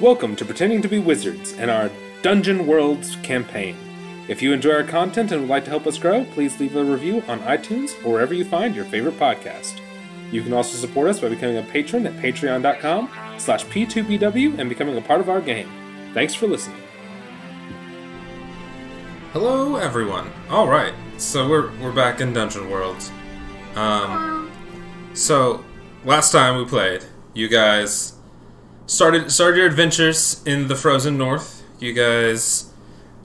Welcome to Pretending to be Wizards and our Dungeon Worlds campaign. If you enjoy our content and would like to help us grow, please leave a review on iTunes or wherever you find your favorite podcast. You can also support us by becoming a patron at patreon.com slash p2bw and becoming a part of our game. Thanks for listening. Hello, everyone. All right, so we're, we're back in Dungeon Worlds. Um, so, last time we played, you guys started started your adventures in the frozen north. You guys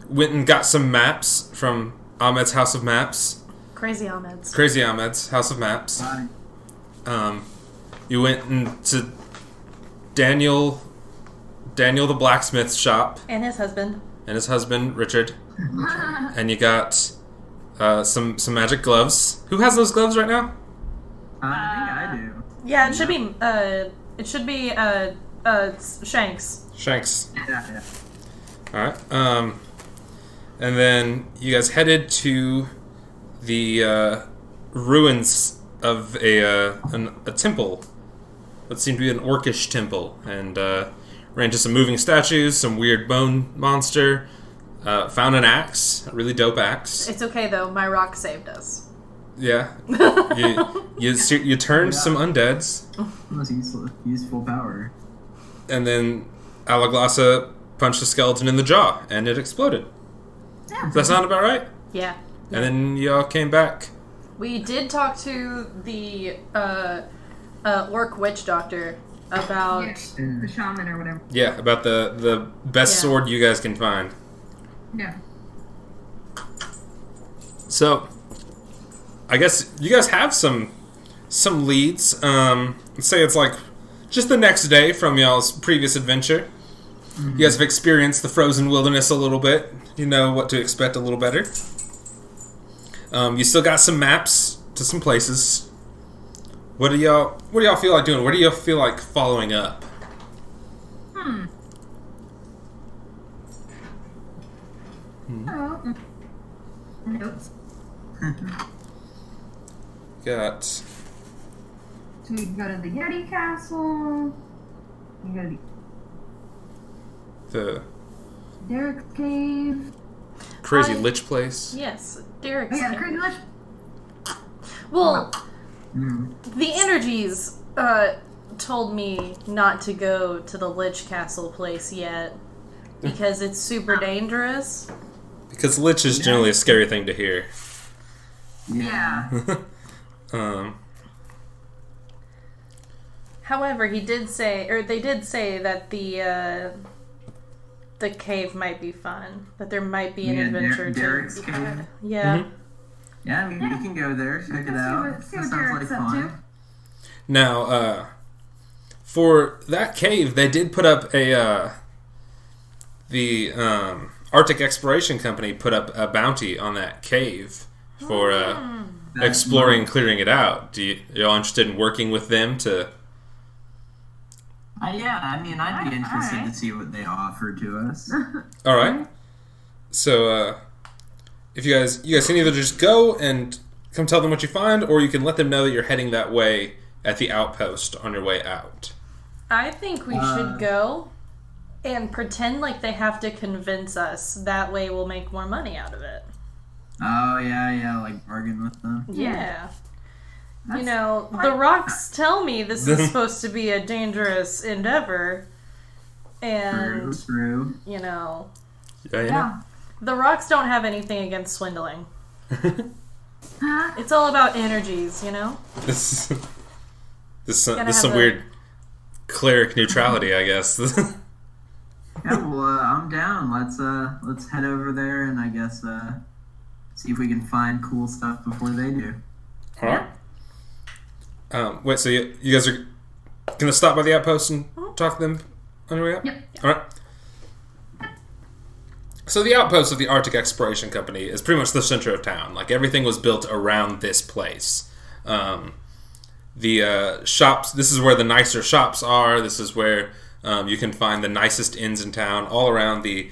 went and got some maps from Ahmed's House of Maps, Crazy Ahmed's. Crazy Ahmed's House of Maps. Um, you went into Daniel Daniel the blacksmith's shop and his husband. and his husband Richard, and you got uh, some some magic gloves. Who has those gloves right now? I think I do. Yeah, it should be uh it should be uh uh Shanks. Shanks. Yeah, yeah. All right. Um, and then you guys headed to the uh, ruins of a uh, an, a temple, what seemed to be an orcish temple, and uh, ran into some moving statues, some weird bone monster. Uh, found an axe, a really dope axe. It's okay though, my rock saved us. Yeah, you you, ser- you turned some undeads, Most useful, useful power. and then Alaglassa punched the skeleton in the jaw, and it exploded. Yeah. Does that sound about right? yeah. And then y'all came back. We did talk to the uh uh orc witch doctor about Yeah. the shaman or whatever. Yeah, about the the best Yeah. sword you guys can find. Yeah. So, I guess you guys have some some leads. Um, let's say it's like just the next day from y'all's previous adventure. You guys have experienced the frozen wilderness a little bit. You know what to expect a little better. Um, you still got some maps to some places. What do y'all What do y'all feel like doing? What do y'all feel like following up? Mm-hmm. Oh. mm. Notes. Got So we can go to the Yeti Castle. We can go to the the Derek's Cave. crazy I- lich place. yes, Derek's Oh, yeah, the crazy Lich. Well, Mm. the energies uh told me not to go to the Lich Castle place yet because it's super dangerous. Because lich is generally a scary thing to hear. Yeah. um, However, he did say, or they did say that the uh, the cave might be fun, that there might be an Yeah, Der- adventure. to Derek's be cave. had. Yeah, Yeah, we, we can go there, check it Let's see out. what- see that what sounds like Derek's up fun. to. now, uh, for that cave, they did put up a uh, the um, Arctic Exploration Company put up a bounty on that cave for uh, That- exploring and clearing it out. Do you, y'all interested in working with them to? Uh, yeah, I mean, I'd be Alright, interested to alright. see what they offer to us. All right. So, uh, if you guys you guys can either just go and come tell them what you find, or you can let them know that you're heading that way at the outpost on your way out. I think we Uh. should go and pretend like they have to convince us. That way, we'll make more money out of it. oh, yeah, yeah, like bargain with them. Yeah. You That's- know, the rocks tell me this is supposed to be a dangerous endeavor. True, And, true. you know, Yeah, you know? Yeah. the rocks don't have anything against swindling. Huh? It's all about energies, you know? This is this, is some- Gotta this is have some a- weird cleric neutrality, I guess. Yeah, well, uh, I'm down. Let's uh, let's head over there and I guess uh, see if we can find cool stuff before they do. All right. Um, wait, so you, you guys are gonna stop by the outpost and talk to them on your way out? Yep. All right. So the outpost of the Arctic Exploration Company is pretty much the center of town. Like everything was built around this place. Um, the uh, shops. This is where the nicer shops are. This is where um, you can find the nicest inns in town, all around the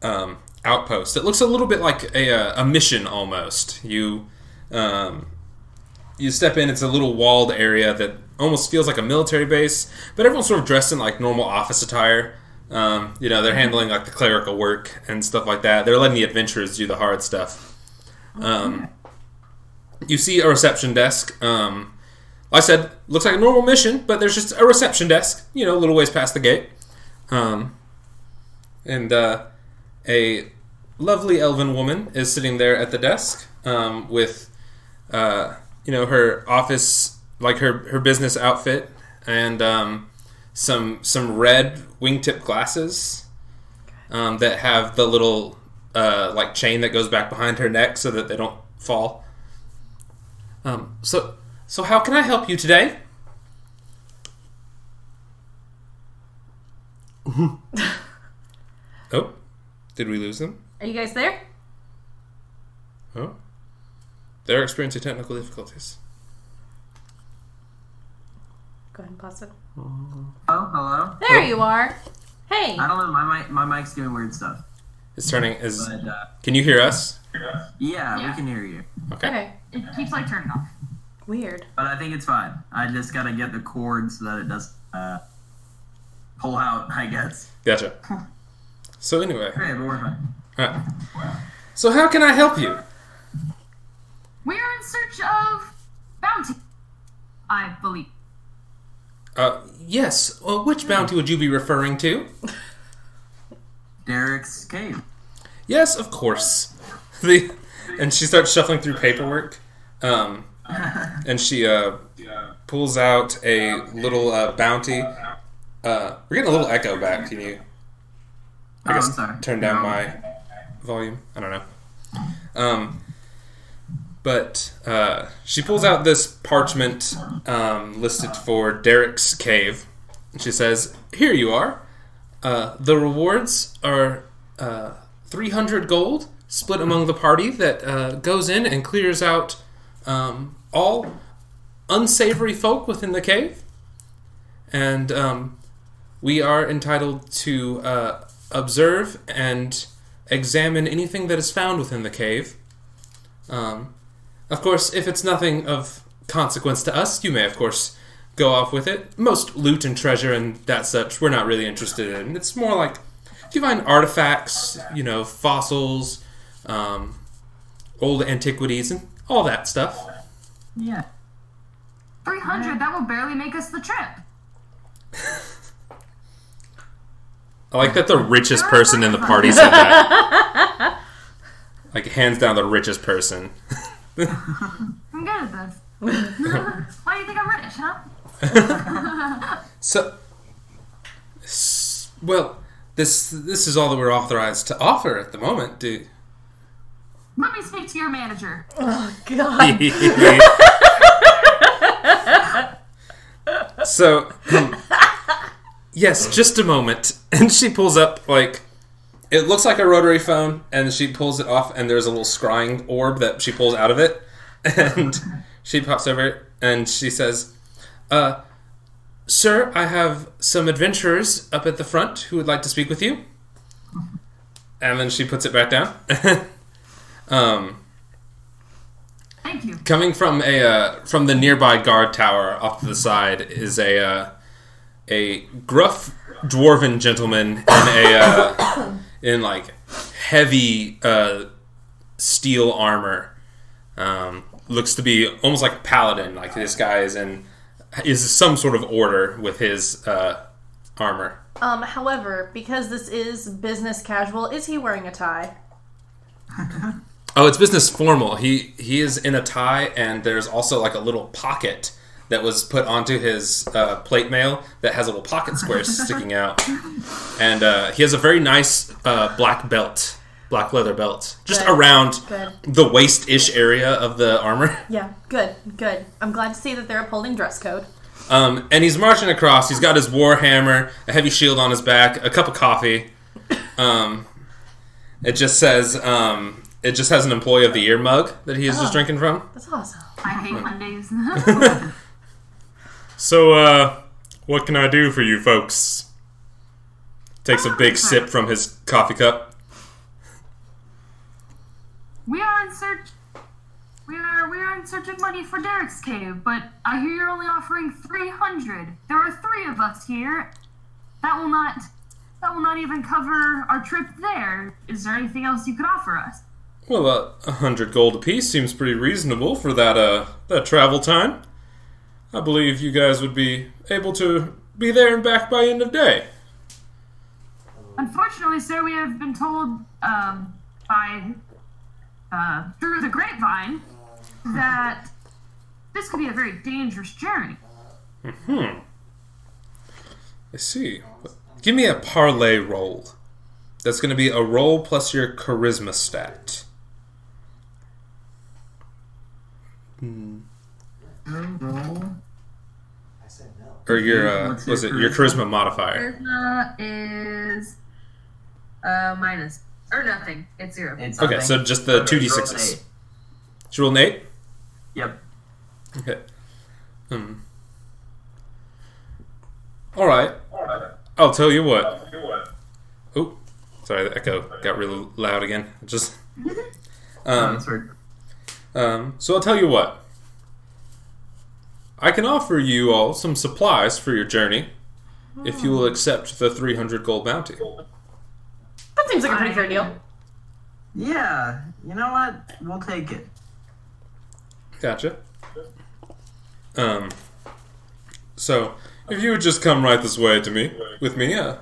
um, outpost. It looks a little bit like a, uh, a mission almost. You um, you step in. It's a little walled area that almost feels like a military base, but everyone's sort of dressed in like normal office attire. Um, you know, they're handling like the clerical work and stuff like that. They're letting the adventurers do the hard stuff. Um, you see a reception desk. Um, like I said, looks like a normal mission, but there's just a reception desk. You know, a little ways past the gate, um, and uh, a lovely elven woman is sitting there at the desk um, with, uh, you know, her office like her her business outfit and um, some some red wingtip glasses um, that have the little uh, like chain that goes back behind her neck so that they don't fall. Um, so so how can I help you today? oh, did we lose them? Are you guys there? Oh, they're experiencing technical difficulties. Go ahead and pause it. Oh, Ah, hello. There Oh. you are. Hey. I don't know. My mic, my mic's doing weird stuff. It's turning. Is But uh, can you hear us? yeah, Yeah. we can hear you. Okay. It keeps like turning off. Weird. But I think it's fine. I just gotta get the cord so that it doesn't uh, pull out. I guess. Gotcha. So anyway, Okay, but we're fine. alright. so how can I help you? We are in search of bounty. I believe. Uh, yes. Well, which bounty would you be referring to? Derek's cave. Yes, of course. The and she starts shuffling through paperwork. Um, and she uh, pulls out a little uh, bounty. Uh, we're getting a little echo back. Can you? Oh, I guess I'm sorry. turn down No. my volume. I don't know. Um, but uh, she pulls out this parchment um, listed for Derek's cave. And she says, "Here you are. Uh, the rewards are uh, 300 gold, split among the party that uh, goes in and clears out um, all unsavory folk within the cave, and um, we are entitled to uh, observe and examine anything that is found within the cave. Um, of course, if it's nothing of consequence to us, you may, of course, go off with it. Most loot and treasure and that such, we're not really interested in. It's more like if you find artifacts, you know, fossils, um, old antiquities, and all that stuff. Yeah. 300, that will barely make us the trip. I like that the richest person in the party said that. like, hands down, the richest person. I'm good at this. Why do you think I'm rich, huh? So, s- well, this this is all that we're authorized to offer at the moment. Do Let me speak to your manager. God. so, um, yes, just a moment. And she pulls up like it looks like a rotary phone, and she pulls it off, and there's a little scrying orb that she pulls out of it, and she pops over it, and she says, "Uh, sir, I have some adventurers up at the front who would like to speak with you." And then she puts it back down. um, Thank you. coming from a uh, from the nearby guard tower off to the side is a uh, a gruff dwarven gentleman in a uh, in like heavy uh, steel armor. Um, looks to be almost like a paladin. Like this guy is in is some sort of order with his uh, armor. Um, however, because this is business casual, is he wearing a tie? Oh, it's business formal. He he is in a tie, and there's also like a little pocket that was put onto his uh, plate mail that has a little pocket square sticking out, and uh, he has a very nice uh, black belt, black leather belt, just Good. around Good. the waist ish area of the armor. Yeah, good, good. I'm glad to see that they're upholding dress code. Um, and he's marching across. He's got his war hammer, a heavy shield on his back, a cup of coffee. Um, it just says um, it just has an employee of the year mug that he is just Oh. drinking from. That's awesome. I hate Mondays. So, uh, what can I do for you folks? Takes Oh, a big sip from his coffee cup. we are in search. We are we are in search of money for Derek's cave, but I hear you're only offering 300. There are three of us here. That will not. That will not even cover our trip there. Is there anything else you could offer us? Well, uh, a hundred gold apiece seems pretty reasonable for that uh that travel time. I believe you guys would be able to be there and back by end of day. Unfortunately, sir, we have been told um, by uh, through the grapevine that this could be a very dangerous journey. I see. Give me a parlay roll. That's going to be a roll plus your charisma stat. Go roll. Or your, uh, What's your was it your charisma modifier? Charisma is uh, minus or nothing. It's zero. It's Okay, nothing. so just the Okay, roll 2d6s. eight. Did you roll an 8? Yep. Okay. Hmm. All right. I'll tell you what. Oh, sorry, the echo got really loud again. Just. Um, Um, that's weird. Um, so I'll tell you what. I can offer you all some supplies for your journey if you will accept the 300 gold bounty. That seems like a pretty fair deal. Yeah, you know what? We'll take it. Gotcha. Um, so, if you would just come right this way to me, with me, uh,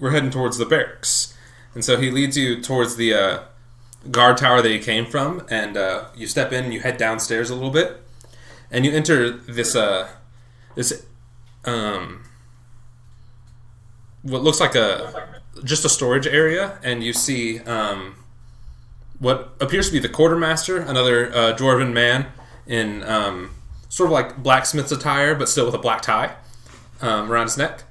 we're heading towards the barracks. And so he leads you towards the uh, guard tower that you came from, and uh, you step in, you head downstairs a little bit, and you enter this uh, this um, what looks like a just a storage area, and you see um, what appears to be the quartermaster, another uh, dwarven man in um, sort of like blacksmith's attire, but still with a black tie um, around his neck,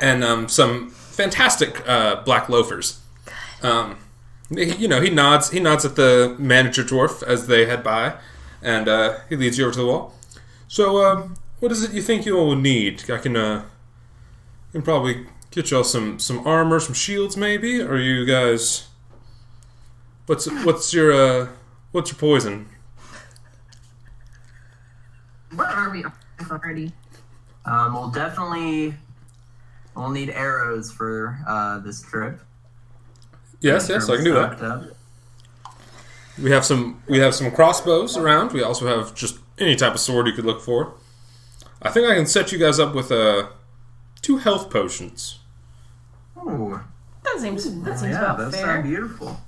and um, some fantastic uh, black loafers. Um, he- you know, he nods. He nods at the manager dwarf as they head by, and uh, he leads you over to the wall. So, uh, what is it you think you all will need? I can, uh, can probably get y'all some some armor, some shields, maybe. Or you guys? What's what's your uh, what's your poison? What are we already? Um, we'll definitely we'll need arrows for uh, this trip. Yes, yes, I can do that. We have some we have some crossbows around. We also have just any type of sword you could look for. I think I can set you guys up with uh, two health potions. Oh, That seems that seems yeah, about those fair. sound beautiful.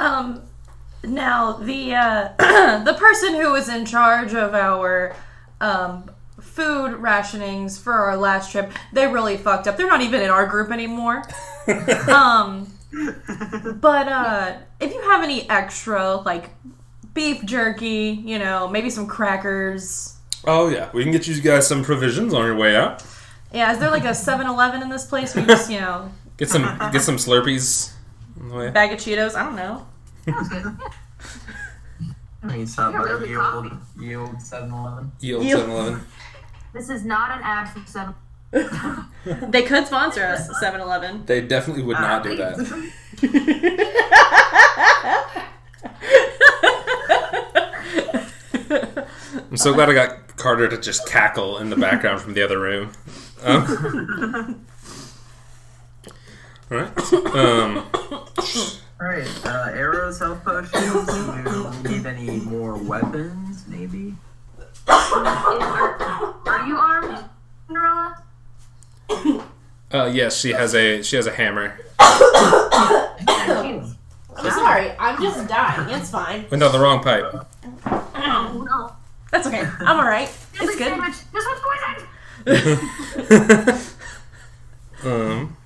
Um, now the uh, the person who was in charge of our um, food rationings for our last trip, they really fucked up. They're not even in our group anymore. um, but uh, if you have any extra, like beef jerky, you know, maybe some crackers. Oh yeah, we can get you guys some provisions on your way out. Yeah, is there like a 7-Eleven in this place? We just, you know, Get some get some Slurpees. on the way. bag of Cheetos. I don't know. You sound Yeah, like really you old, you old 7-Eleven. Yield You- 7-Eleven. This is not an ad for seven. They could sponsor us, 7-Eleven. They definitely would not do that. I'm so glad I got Carter to just cackle in the background from the other room. Um, all right. Um, All right, uh, arrows, health potions. Do we need any more weapons? Maybe. Are you armed, Cinderella? uh, yes, she has a she has a hammer. I'm sorry. I'm just dying. It's fine. Went down the wrong pipe. Oh no. That's okay. I'm all right. It's good. Sandwich. This one's poisoned. um,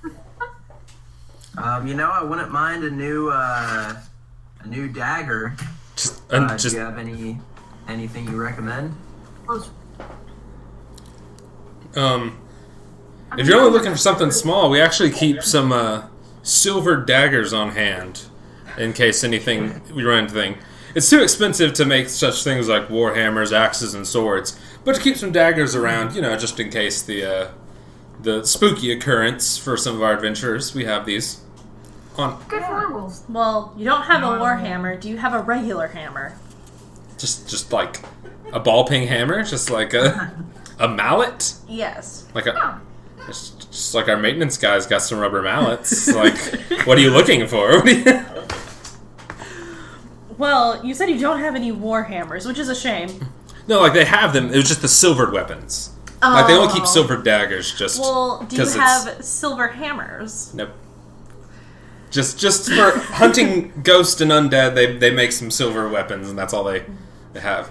Um, you know, I wouldn't mind a new uh, a new dagger. just Uh, and just do you have any anything you recommend? Close. Um, if you're only looking for something small, we actually keep some uh, silver daggers on hand in case anything we run into thing. It's too expensive to make such things like war hammers, axes, and swords, but to keep some daggers around, you know, just in case the uh, the spooky occurrence for some of our adventurers, we have these on Good for werewolves. Well, you don't have a war hammer. Do you have a regular hammer? just just like a ball ping hammer, just like a a mallet, Yes. like a It's just like our maintenance guy's got some rubber mallets. like, what are you looking for? What are you- Well, you said you don't have any war hammers, which is a shame. no, like they have them. It was just the silvered weapons. Like they only Oh. keep silvered daggers. Just Well, do you 'cause it's- have silver hammers? Nope. Just just for hunting ghosts and undead, they they make some silver weapons, and that's all they, they have.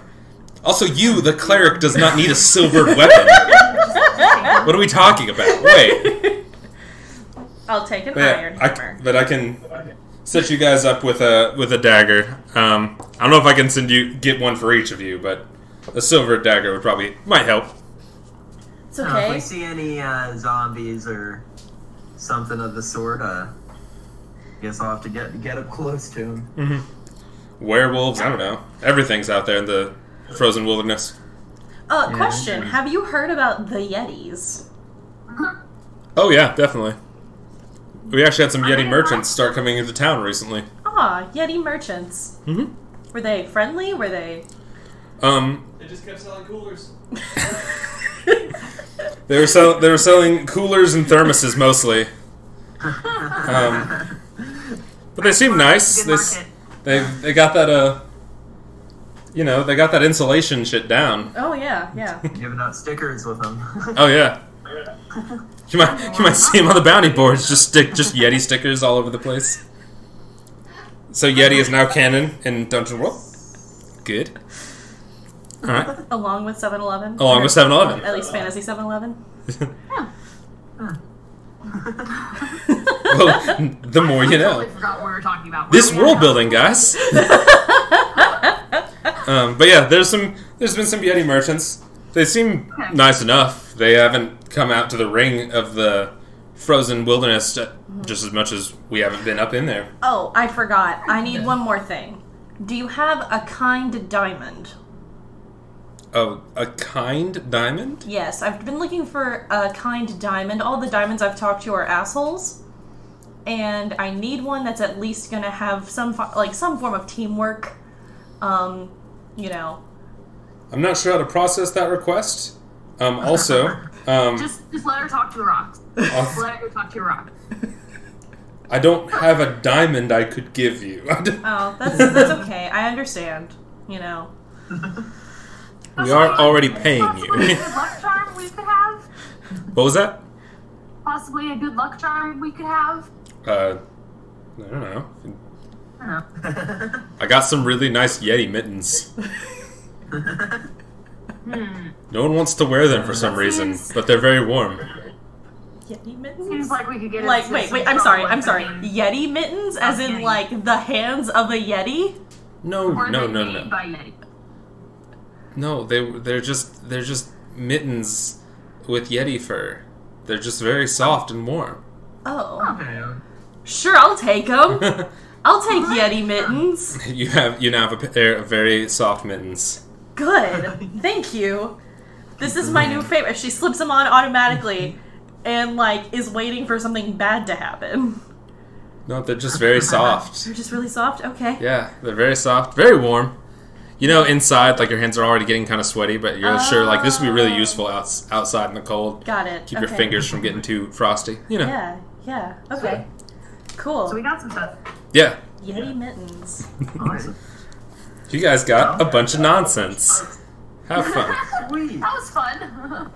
Also, you, the cleric, does not need a silvered weapon. what are we talking about? Wait, I'll take an but, yeah, iron I, hammer. but I can set you guys up with a with a dagger. Um, I don't know if I can send you get one for each of you, but a silver dagger would probably might help. It's Uh, if we okay. see any uh, zombies or something of the sort, uh, guess I'll have to get get up close to them. Werewolves, I don't know. Everything's out there in the frozen wilderness. Uh, Yeah, question: okay. Have you heard about the Yetis? Oh yeah, definitely. We actually had some Yeti merchants start coming into town recently. Ah, Yeti merchants. Mhm. Were they friendly? Were they? Um, They just kept selling coolers. they were sell- they were selling coolers and thermoses mostly. Um, but they seemed nice. Good They, s- market. they they got that uh, you know, they got that insulation shit down. Oh yeah, yeah. Giving out stickers with them. Oh yeah. You might you might see them on the bounty boards. Just stick just Yeti stickers all over the place. So Yeti is now canon in Dungeon World. Good. All right. Along with 7-Eleven. Along with Or 7-Eleven. At least fantasy 7-Eleven. well, the more you know. Totally forgot what we were talking about. This What were we world building, talking guys. um, but yeah, there's some. There's been some Yeti merchants. They seem nice enough. They haven't come out to the ring of the frozen wilderness uh, just as much as we haven't been up in there. Oh, I forgot. I need one more thing. Do you have a kind diamond? Oh, a kind diamond. Yes, I've been looking for a kind diamond. All the diamonds I've talked to are assholes, and I need one that's at least gonna have some fo- like some form of teamwork. Um, you know. I'm not sure how to process that request. Um, also, about? um, Just, just let her talk to a rock. I'll- Let her talk to a rock. I don't have a diamond I could give you. Oh, that's that's okay. I understand. You know. we are already paying Possibly a you. good luck charm we could have. what was that? Possibly a good luck charm we could have. Uh, I don't know. I don't know. I got some really nice Yeti mittens. No one wants to wear them for some reason, but they're very warm. Yeti Seems mittens. like we could get Like, into wait, some wait. I'm trouble sorry. with I'm the sorry. name. Yeti mittens, as in Yeti. like the hands of a yeti. No, Or no, they no, made no, By Yeti. no. They they're just they're just mittens with Yeti fur. They're just very soft and warm. Oh, Yeah. sure. I'll take them. I'll take yeti mittens. you have you now have a pair of very soft mittens. Good. Thank you. This is my new favorite. She slips them on automatically and like is waiting for something bad to happen. No, they're just very soft. They're just really soft. Okay. Yeah, they're very soft, very warm. You know, inside like your hands are already getting kind of sweaty, but you're sure like this would be really useful outs outside in the cold. Got it. Keep your Okay. fingers from getting too frosty. You know. Yeah. Yeah. Okay. Cool. So we got some stuff. Yeah. Yeti mittens. Awesome. You guys got a bunch of nonsense. Have fun. Sweet. That was fun.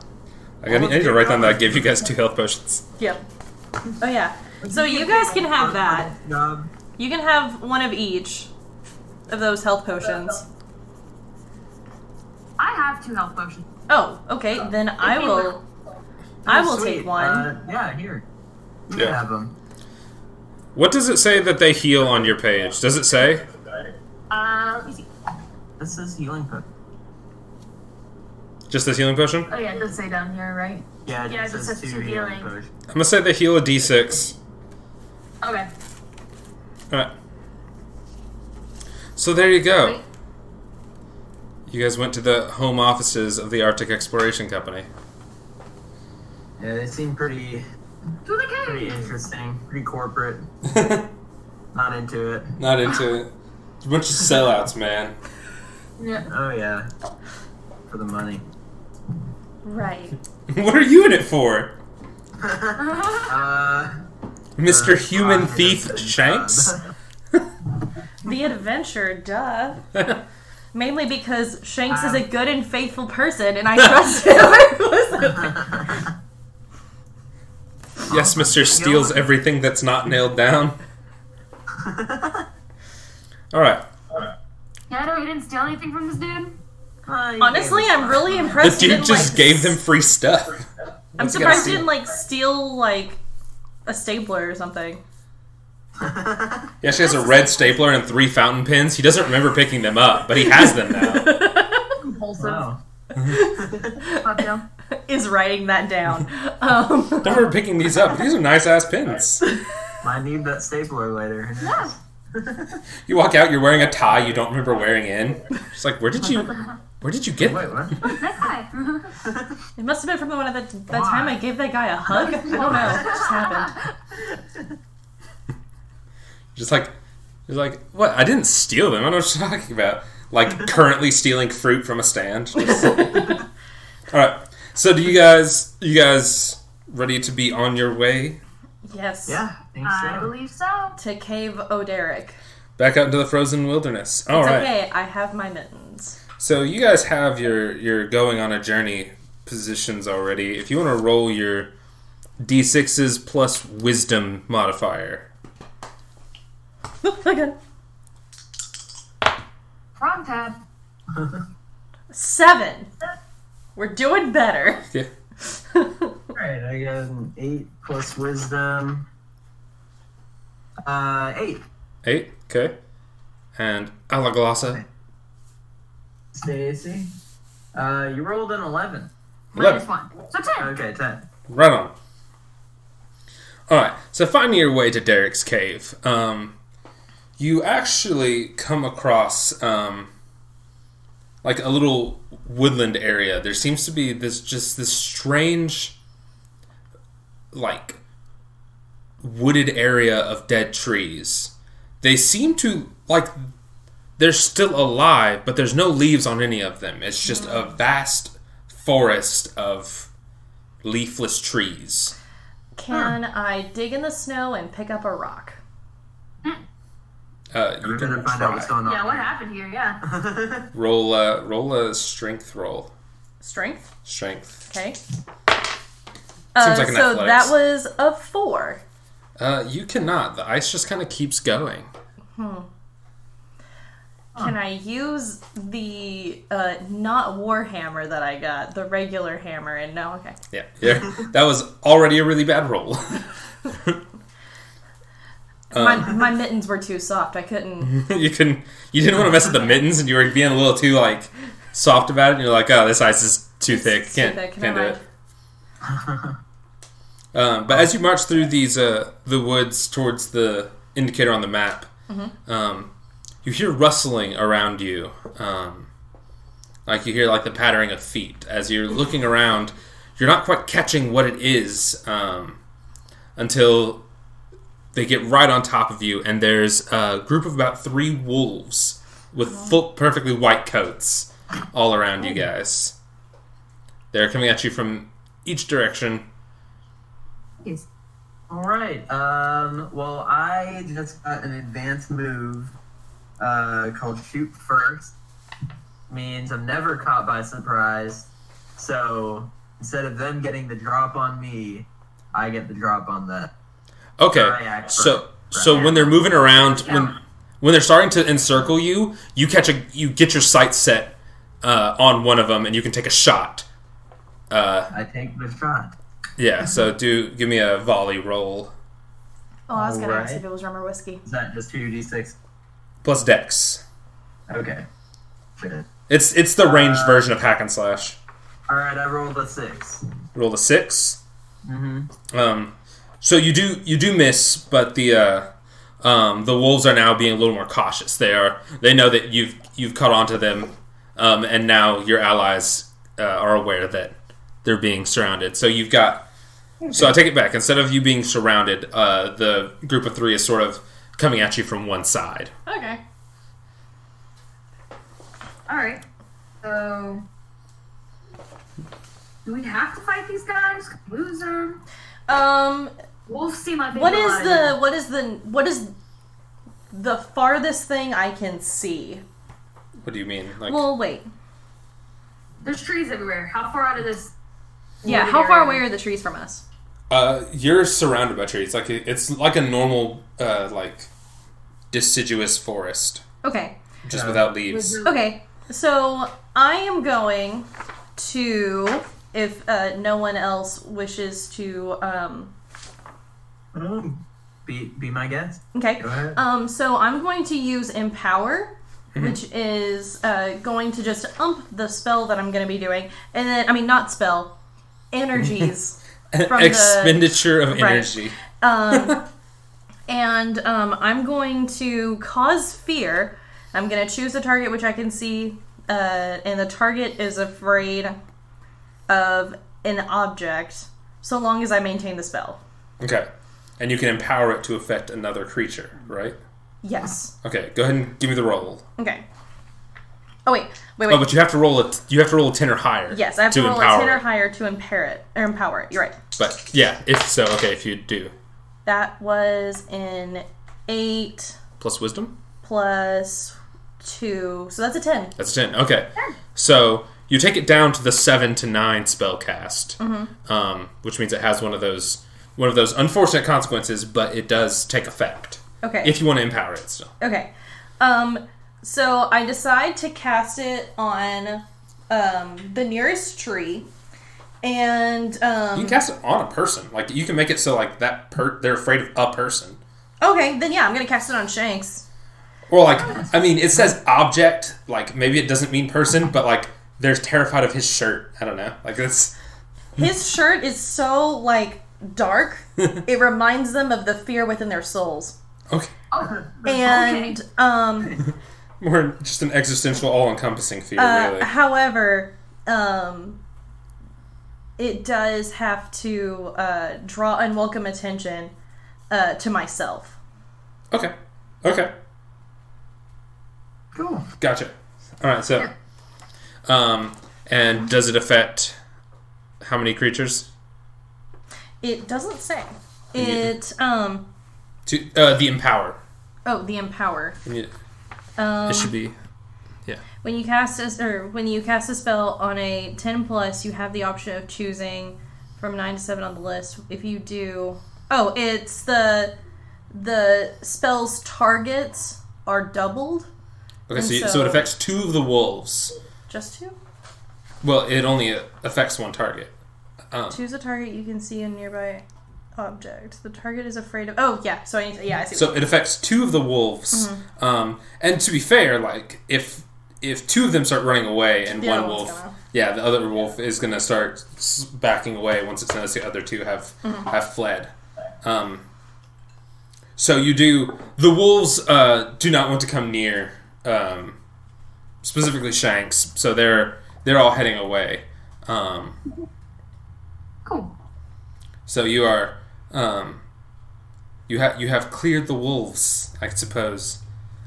I, got, I need to write down that I gave you guys two health potions. Yep. Oh yeah. So you guys can have that. Um, You can have one of each of those health potions. I have two health potions. Oh, okay. Then I If you will. I will Oh, sweet. take one. Uh, yeah, here. You Yeah. have them. What does it say that they heal on your page? Does it say? Uh, let me see. This is healing potion. Just this healing potion? Oh yeah, it does say down here, right? Yeah, Yeah, it just says two healing. potions. I'm gonna say they heal a d6. Okay. Alright. So there you go. You guys went to the home offices of the Arctic Exploration Company. Yeah, they seem pretty To the cave. pretty interesting, pretty corporate. Not into it. Not into it. A bunch of sellouts, man. Yeah. Oh yeah, for the money. Right. what are you in it for? Uh, Mr. Human uh, Thief uh, Shanks? The adventure, duh. Mainly because Shanks Um, is a good and faithful person, and I trust him. Yes, Mr. Steals everything that's not nailed down. Alright. Ghetto, you didn't steal anything from this dude? uh, you Honestly, gave us I'm really The impressed. he dude didn't, just like, gave them free stuff. I'm Let's get surprised a he didn't like steal like a stapler or something. Yeah, she has a red stapler and three fountain pens. He doesn't remember picking them up, but he has them now. Compulsive. Wow. Fuck you. Is writing that down. Um, Don't remember picking these up. These are nice ass pens. I need that stapler later. You walk out, you're wearing a tie you don't remember wearing in. It's like, where did you, where did you get? Wait, what? This guy. it must have been from the one at the, that time I gave that guy a hug. I don't know. It just happened. Just like, just like, what? I didn't steal them. I don't know what you're talking about. Like currently stealing fruit from a stand. Just- All right. So do you guys, you guys ready to be on your way Yes. Yeah, I think I so. believe so. To Cave O'Derrick. back out into the frozen wilderness? All It's right. okay. I have my mittens. So you guys have your your going on a journey positions already. If you want to roll your d6s plus wisdom modifier. Okay. Wrong tab. Seven. We're doing better. Yeah. Alright, I got an 8 plus wisdom. Uh, 8. Eight. Okay. And Alaglossa. Stacy. Uh, you rolled an 11. Minus Eleven. one. So ten. Okay, 10. Right on. All right. So finding your way to Derek's cave, um, you actually come across um, like a little woodland area. There seems to be this just this strange, like wooded area of dead trees. They seem to like they're still alive, but there's no leaves on any of them. It's just a vast forest of leafless trees. Can I dig in the snow and pick up a rock? Uh, you We're can gonna find out what's try. going on. Yeah, what happened here? Yeah. Roll a roll a strength roll. Strength. Strength. Okay. Uh, like an so athletics. that was a four. Uh, you cannot. The ice just kind of keeps going. Can I use the uh, not war hammer that I got, the regular hammer? And no, okay. Yeah, yeah. that was already a really bad roll. Um, my, my mittens were too soft. I couldn't. you couldn't. You didn't want to mess with the mittens, and you were being a little too like soft about it. And you're like, oh, this ice is too thick. too Can't thick, can't do never it. Um, but as you march through these uh, the woods towards the indicator on the map, Mm-hmm. um, you hear rustling around you. Um, like you hear like the pattering of feet as you're looking around. You're not quite catching what it is um, until they get right on top of you, and there's a group of about three wolves with full, perfectly white coats all around Oh. you guys. They're coming at you from each direction. Alright, um, well, I just got an advanced move uh, called Shoot First. Means I'm never caught by surprise. So instead of them getting the drop on me, I get the drop on them. Sorry, Okay. I So forgot. so when they're moving around, when when they're starting to encircle you, you catch a you get your sight set uh, on one of them, and you can take a shot. Uh, I take the shot. Mm-hmm. yeah. So do give me a volley roll Oh, I was gonna ask Alright. if it was rum or whiskey. Is that just 2d6? plus dex. Okay. Good. It's it's the ranged Uh, version of hack and slash. Alright, I rolled a 6. Roll a six. Mm-hmm. Um, so you do you do miss, but the uh, um, the wolves are now being a little more cautious. They are they know that you've you've caught onto them, um, and now your allies uh, are aware that they're being surrounded. So you've got. So I take it back. Instead of you being surrounded, uh, the group of three is sort of coming at you from one side. Okay. All right. So, do we have to fight these guys? Lose them? Um, Wolves seem like they what know is how to the what is the what is the farthest thing I can see? What do you mean? Like, Well, wait. There's trees everywhere. How far out of this? Yeah, how far away are the trees from us? uh, you're surrounded by trees. Like it's like a normal, uh, like deciduous forest, Okay. just Yeah. without leaves. Okay, so I am going to, if uh, no one else wishes to, um, Um, be be my guest. okay. Go ahead. Uh, Um, so I'm going to use Empower, Mm-hmm. which is uh, going to just ump the spell that I'm going to be doing, and then I mean not spell, energies. From the- Expenditure of Right. energy. Um, and um, I'm going to cause fear. I'm going to choose a target which I can see, uh, and the target is afraid of an object so long as I maintain the spell. Okay, and you can empower it to affect another creature, right? Yes. Okay, go ahead and give me the roll. Okay. Oh wait, wait, wait. Oh, but you have to roll a you have to roll a ten or higher. yes, I have to, roll a empower ten or it. higher to impair it or empower it. You're right. But yeah, if so, okay, if you do That was an eight plus wisdom, plus two, so that's a ten. that's a ten. Okay, so you take it down to the seven to nine spell cast, Mm-hmm. um, which means it has one of those one of those unfortunate consequences, but it does take effect Okay. if you want to empower it still. Okay. Um so I decide to cast it on um the nearest tree and You um can cast it on a person, like you can make it so like that per- they're afraid of a person. okay, then yeah, I'm going to cast it on Shanks. Or like, I mean, it says object. Like maybe it doesn't mean person, but like they're terrified of his shirt. I don't know. Like that's Hmm. His shirt is so like dark. it reminds them of the fear within their souls. okay. Oh, And okay. um More just an existential, all-encompassing fear, uh, really. however, um it does have to uh, draw unwelcome attention uh, to myself. Okay. Okay. Cool. Gotcha. All right. So, um, and does it affect how many creatures? It doesn't say. It um To uh, the empower. oh the empower. It Um, should be. when you cast a, or when you cast a spell on a ten plus, you have the option of choosing from nine to seven on the list. If you do, oh, it's the the spell's targets are doubled. Okay. So, you, so, so- it affects two of the wolves. Just two. Well, it only uh, affects one target. Um, Choose a target you can see a nearby object. The target is afraid of. Oh yeah, so I need to, yeah I see. So it affects two of the wolves. Mm-hmm. Um, and to be fair, like if if two of them start running away and The one other one's wolf, gonna- yeah, the other wolf is going to start s- backing away once it's noticed the other two have Mm-hmm. have fled. Um, so you do the wolves uh, do not want to come near, um, specifically Shanks. So they're they're all heading away. Um, cool. so you are, um, you have you have cleared the wolves, I suppose.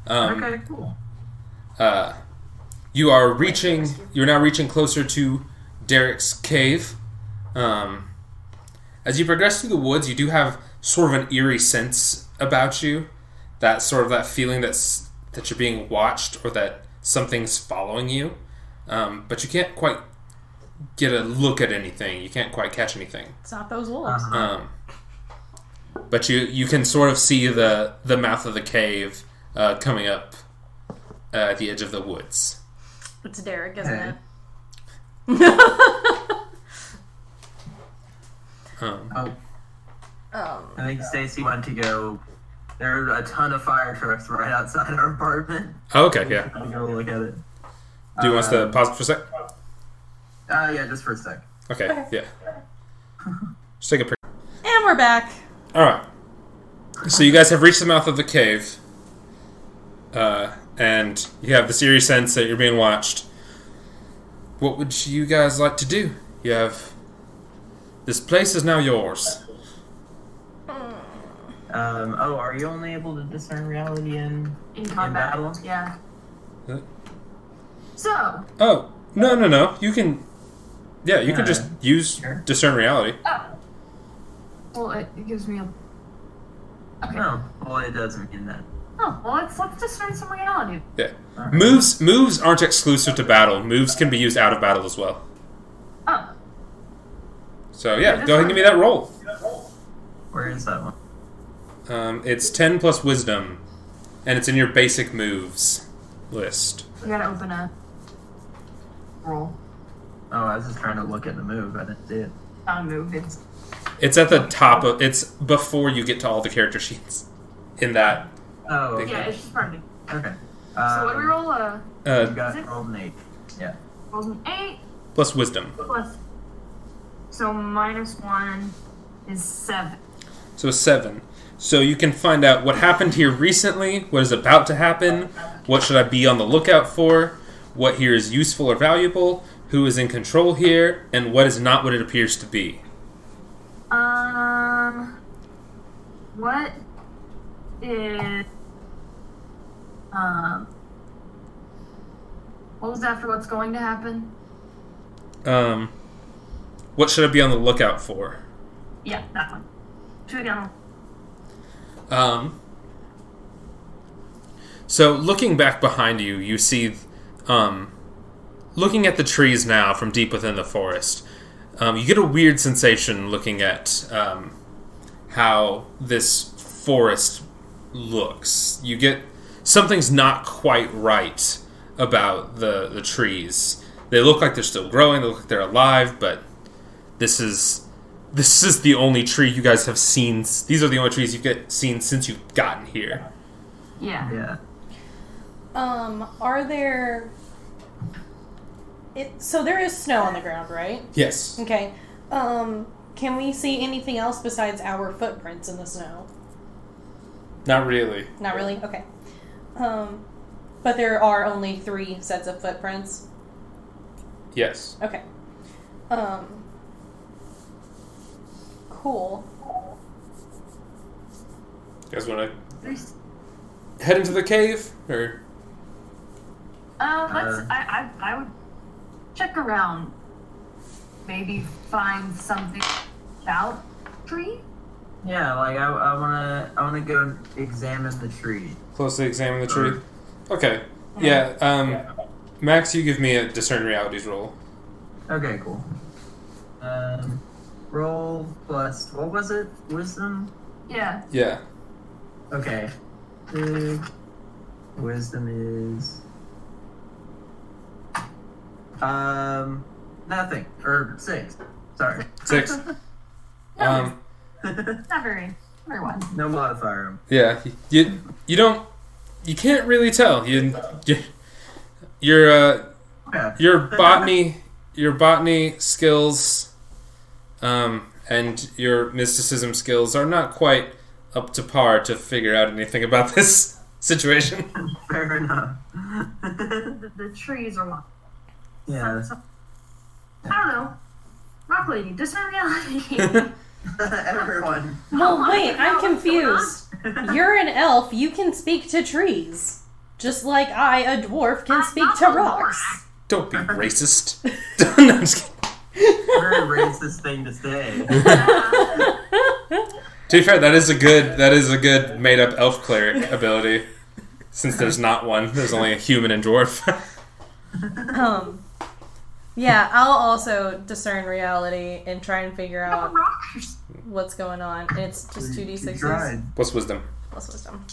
Um, Okay. Cool. uh, you are reaching. You're now reaching closer to Derek's cave. Um, as you progress through the woods, you do have sort of an eerie sense about you. That sort of that feeling that's that you're being watched or that something's following you. Um, but you can't quite get a look at anything. You can't quite catch anything. it's not those wolves. Uh-huh. Um, but you you can sort of see the the mouth of the cave uh, coming up uh, at the edge of the woods. It's Derek, isn't Okay. it? Um, Oh, um, I think Stacy went to go. There are a ton of fire trucks right outside our apartment. oh, okay, yeah. I'm gonna look at it. Do you want us to pause for a sec? Uh, yeah, just for a sec. Okay, yeah. Just take a. Pre- and we're back. All right. So you guys have reached the mouth of the cave, uh, and you have the serious sense that you're being watched. What would you guys like to do? You have. This place is now yours. Um, oh, are you only able to discern reality in? In combat. battle? Yeah. Huh? So, Oh no no no! You can, yeah, you can Yeah. just use Sure. discern reality. oh. Well, it, it gives me a. Okay. No, well, it doesn't mean that. Oh, well, let's, let's discern some reality. Yeah. Moves moves aren't exclusive to battle. Moves can be used out of battle as well. Oh, So yeah, go ahead and give me that roll. Where is that one? Um, it's ten plus wisdom, and it's in your basic moves list. we gotta open a roll. Oh, I was just trying to look at the move. I didn't see it. Not a move. It's It's at the top of. It's before you get to all the character sheets. In that, Oh, okay. yeah, it's just part of me. Okay. So what do we Um, roll? Uh, You uh, got rolled an eight. Yeah. rolls an eight plus wisdom. plus. So minus one is seven. So seven. So you can find out what happened here recently, what is about to happen, what should I be on the lookout for, what here is useful or valuable, who is in control here, and what is not what it appears to be. Um, what is um? What was after what's going to happen? Um, what should I be on the lookout for? Yeah, that one. Two down. Um, so looking back behind you, you see, um, looking at the trees now from deep within the forest, um, you get a weird sensation looking at um, how this forest looks. You get something's not quite right about the the trees. They look like they're still growing. They look like they're alive, but this is this is the only tree you guys have seen. These are the only trees you've get, seen since you've gotten here. Yeah. Yeah. Um, are there? It, so there is snow on the ground, right? Yes. Okay. Um, can we see anything else besides our footprints in the snow? Not really. Not really. Okay. Um, but there are only three sets of footprints. Yes. Okay. Um. Cool. You guys want to head into the cave or? Uh, let's. Uh, I, I I would check around. Maybe find something about tree. Yeah, like I, I wanna I wanna go and examine the tree. closely examine the tree. Okay. Mm. Yeah. Um, Max, you give me a discern realities roll. Okay, cool. Um, roll plus what was it? Wisdom. Yeah. Yeah. Okay. Uh, wisdom is um nothing or six. Sorry, Six. Um, Not very. Very wide. no modifier. yeah. You you don't you can't really tell. You, you your uh, Yeah. your botany your botany skills um, and your mysticism skills are not quite up to par to figure out anything about this situation. Fair enough. The, the trees are long. yeah. I don't know. Rock lady, discern reality. Everyone. Well, wait. Oh, I'm What's going confused. You're an elf. You can speak to trees, just like I, a dwarf, can I'm speak not to a dwarf. rocks. Don't be racist. No, I'm just kidding. Very racist thing to say. to be fair, that is a good that is a good made up elf cleric ability. Since there's not one, there's only a human and dwarf. Um, yeah, I'll also discern reality and try and figure out Rocks. what's going on. And it's just two d You sixes tried. What's wisdom? plus wisdom.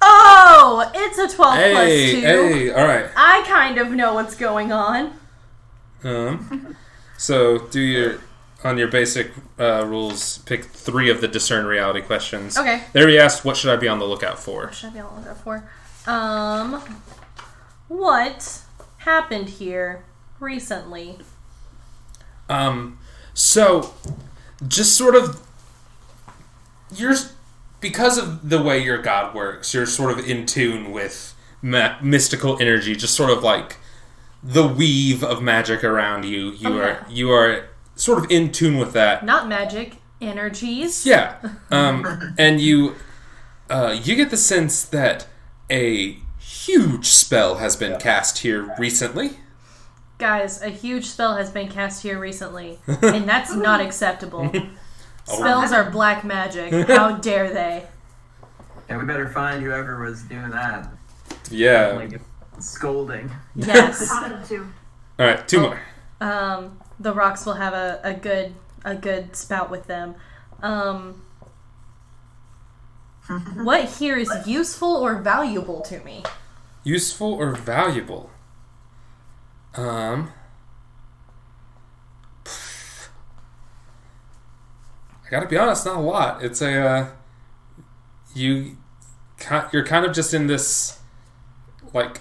Oh, it's a twelve plus Hey, two. hey, all right. I kind of know what's going on. Um, so do your on your basic uh, rules. Pick three of the discern reality questions. Okay. There he asked, "What should I be on the lookout for?" Should I be on the lookout for? Um, what happened here recently? Um, so just sort of you're because of the way your god works, you're sort of in tune with ma- mystical energy, just sort of like the weave of magic around you. You are you are sort of in tune with that. Not magic energies. Yeah, um, and you uh, you get the sense that a huge spell has been cast here recently. Guys, a huge spell has been cast here recently, and that's not acceptable. Spells are black magic. How dare they? Yeah, we better find whoever was doing that. Yeah. Like, scolding. Yes. Out of two. All right, two more. um, the rocks will have a, a good a good spout with them. Um, what here is useful or valuable to me? Useful or valuable? Um. I gotta be honest, not a lot. It's a uh, you, ki- you're kind of just in this like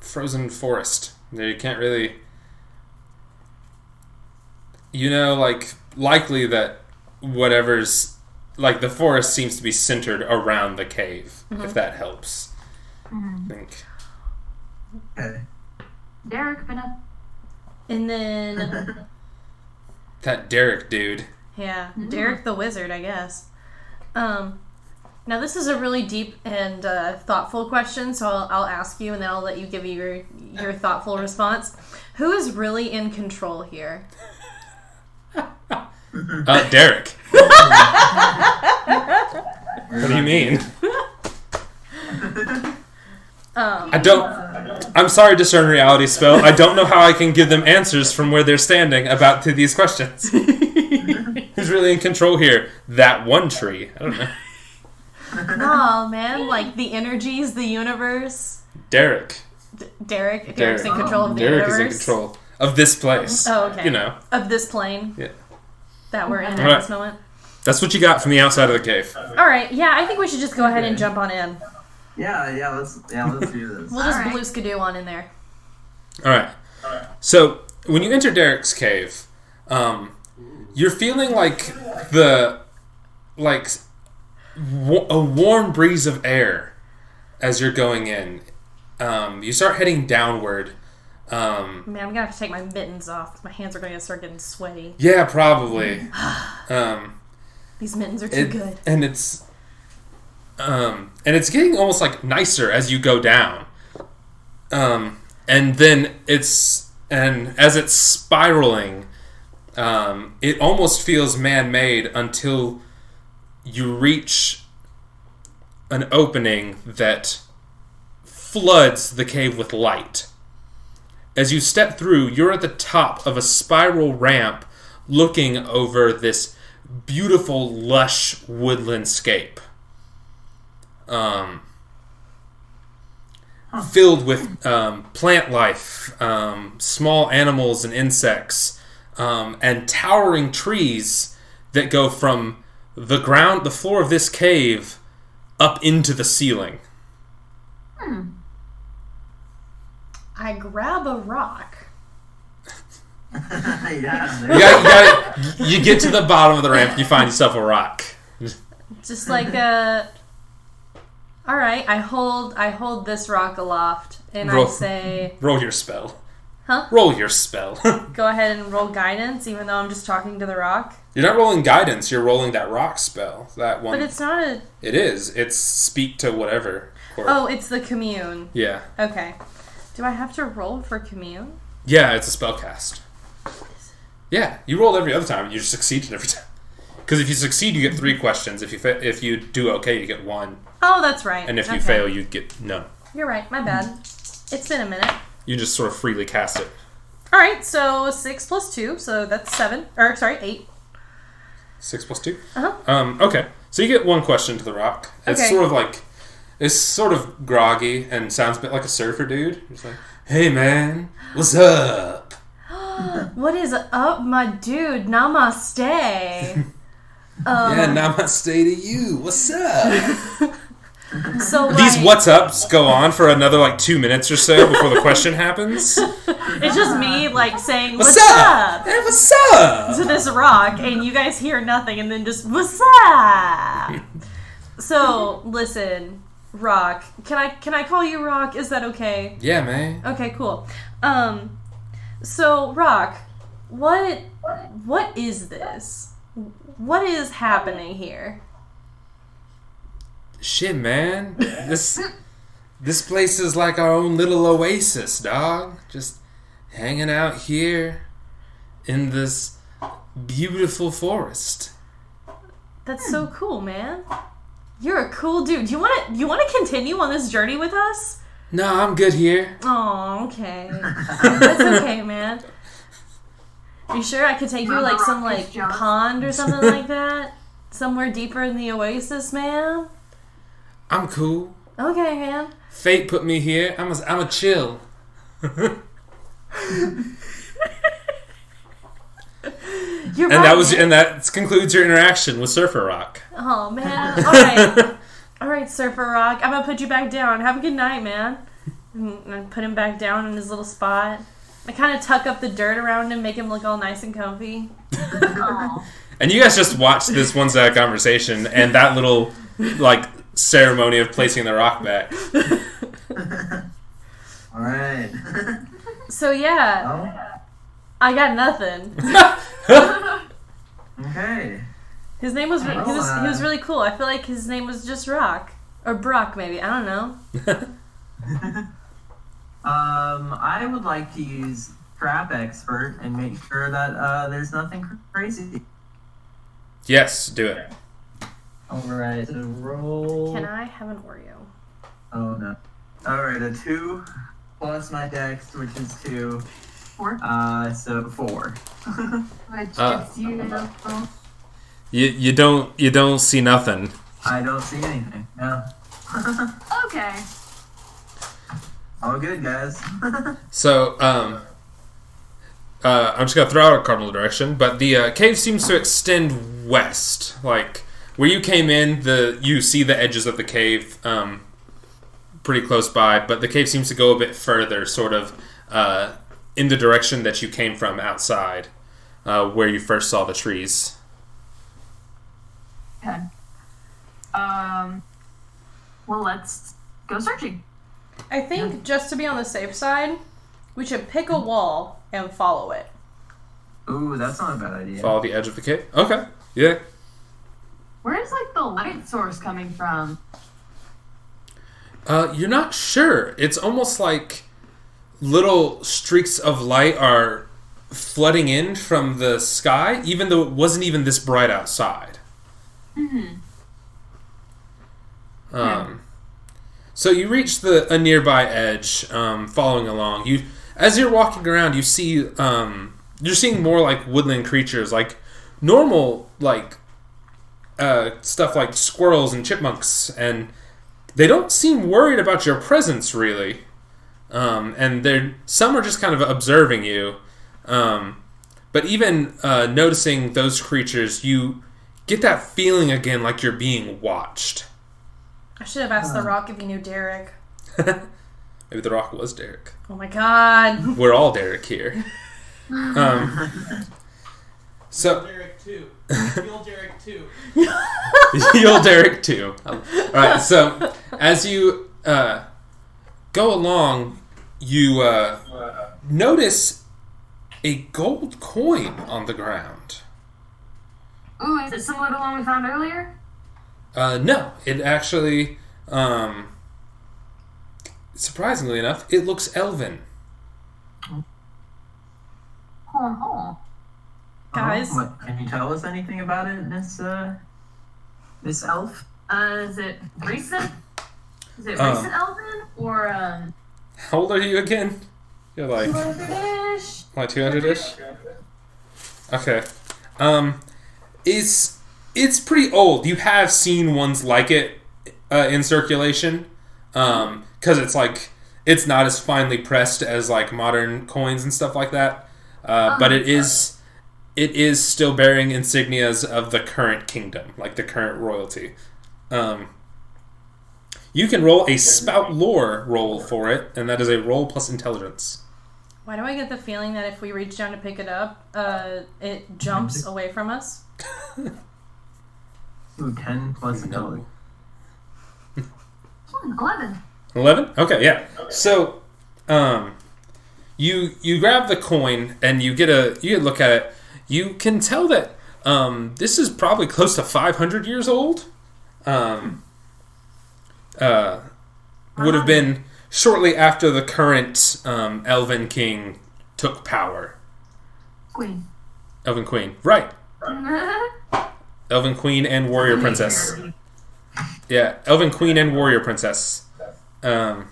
frozen forest. There, you can't really. You know, like likely that whatever's like the forest seems to be centered around the cave. If that helps, I think. Okay. Derek, been up. And then That Derek dude. Yeah, Derek the Wizard, I guess. Um, now this is a really deep and uh, thoughtful question, so I'll, I'll ask you, and then I'll let you give your your thoughtful response. Who is really in control here? Uh, Derek. what do you mean? Um, I don't. I'm sorry, discern reality spell. I don't know how I can give them answers from where they're standing about to these questions. Who's really in control here? That one tree. I don't know. Oh man, like the energies, the universe. Derek. D- Derek, Derek's in control of the Derek universe is in control of this place. Oh, okay. You know, of this plane Yeah. that we're in at Alright. this moment. that's what you got from the outside of the cave. All right, yeah, I think we should just go ahead and jump on in. Yeah, yeah, let's yeah, let's do this. We'll just Alright. blue skidoo on in there. All right. So when you enter Derek's cave, um, you're feeling like the like s- wa- a warm breeze of air as you're going in. Um, you start heading downward. Um, Man, I'm gonna have to take my mittens off. My hands are gonna start getting sweaty. yeah, probably. Um, These mittens are too it- good. and it's um, and it's getting almost like nicer as you go down. Um, and then it's and as it's spiraling, um, it almost feels man-made until you reach an opening that floods the cave with light. As you step through, you're at the top of a spiral ramp looking over this beautiful, lush woodland scape. Um, filled with um, plant life, um, small animals and insects, um, and towering trees that go from the ground, the floor of this cave, up into the ceiling. I grab a rock. yeah, You, dude. gotta, you, gotta- you get to the bottom of the ramp, you find yourself a rock. Just like a All right, I hold I hold this rock aloft and Roll. I say, Roll your spell. Huh? Roll your spell. "Go ahead and roll guidance even though I'm just talking to the rock." you're not rolling guidance, you're rolling that rock spell. That one. But it's not a It is. It's speak to whatever. Or, Oh, it's the commune. Yeah. Okay. Do I have to roll for commune? Yeah, it's a spell cast. Yeah, you rolled every other time. You just succeeded every time. Because if you succeed, you get Mm-hmm. three questions. If you fa- if you do okay, you get one, Oh, that's right. and if you Okay. fail, you get none. You're right. My bad. It's been a minute. You just sort of freely cast it. All right, so 6 plus 2, so that's 7 or sorry, 8. Six plus two. Uh-huh. Um, okay, so you get one question to the rock. It's Okay. sort of like, it's sort of groggy and sounds a bit like a surfer dude. It's like, hey man, what's up? What is up, my dude? Namaste. um, yeah, namaste to you. What's up? So These like, what's ups go on for another like two minutes or so before the question happens. It's just me like saying What's, what's, up? up? Hey, what's up? to this rock, and you guys hear nothing, and then just what's up. so listen, rock. Can I can I call you rock? Is that okay? Yeah, man. Okay, cool. Um, so rock, what what is this? What is happening here? Shit, man. This this place is like our own little oasis, dog. Just hanging out here in this beautiful forest. That's so cool, man. You're a cool dude. You want to you want to continue on this journey with us? No, I'm good here. Oh, okay. That's okay, man. You sure I could take you to, like some like Jealous. pond or something like that? Somewhere deeper in the oasis, man. I'm cool. Okay, man. Fate put me here. I'm a, I'm a chill. You're And right, that was man. and that concludes your interaction with Surfer Rock. Oh man. All right. All right, Surfer Rock. I'm gonna put you back down. Have a good night, man. And I put him back down in his little spot. I kind of tuck up the dirt around him, make him look all nice and comfy. Oh, And you guys just watched this one side conversation and that little like ceremony of placing the rock back. All right. So yeah, Oh, I got nothing. okay. His name was re- he was he was really cool. I feel like his name was just Rock or Brock maybe. I don't know. Um, I would like to use trap expert and make sure that uh, there's nothing cr- crazy. yes, do it. All right, so roll. Can I have an Oreo? Oh no. All right, a two plus my dex, which is two. four. Uh, so four. Which Uh. gives you. You you don't you don't see nothing. I don't see anything. No. Okay. All good, guys. So, um, uh, I'm just gonna throw out a cardinal direction, but the uh, cave seems to extend west, like where you came in. The you see the edges of the cave, um, pretty close by, but the cave seems to go a bit further, sort of uh, in the direction that you came from outside, uh, where you first saw the trees. Okay. Um. Well, let's go searching. I think just to be on the safe side, we should pick a wall and follow it. Ooh, that's not a bad idea. Follow the edge of the cave. Okay, yeah. Where is like the light source coming from? Uh, you're not sure. It's almost like little streaks of light are flooding in from the sky, even though it wasn't even this bright outside. Mm-hmm. Um, so you reach the a nearby edge, um, following along. You, as you're walking around, you see um, you're seeing more like woodland creatures, like normal like uh, stuff like squirrels and chipmunks and they don't seem worried about your presence really um, and they're some are just kind of observing you um, but even uh, noticing those creatures you get that feeling again like you're being watched I should have asked Hmm. the Rock if he knew Derek. maybe the rock was derek Oh my god. we're all derek here um, so Derek too. Feel Derek too. You'll Derek too. All right. So as you uh, go along, you uh, notice a gold coin on the ground. Ooh, is it similar to the one we found earlier? Uh, no, it actually, um, surprisingly enough, it looks elven. Home, home. Guys. Oh, what- can you tell us anything about it, Miss uh, Miss Elf? Uh, is it recent? Is it Uh. recent Elven or um? How old are you again? You're like Ish? like two hundred ish. Okay. Um, it's it's pretty old. You have seen ones like it uh, in circulation, um, because it's like it's not as finely pressed as like modern coins and stuff like that. Uh, but it is it is still bearing insignias of the current kingdom, like the current royalty. Um, you can roll a spout lore roll for it, and that is a roll plus intelligence. Why do I get the feeling that if we reach down to pick it up, uh, it jumps away from us? Ooh, ten plus no. Hmm, Eleven. 11 okay yeah so um you you grab the coin and you get a you look at it you can tell that um this is probably close to 500 years old um uh would have been shortly after the current um elven king took power Queen. elven queen right Elven Queen and Warrior Princess. Yeah, Elven Queen and Warrior Princess. Um,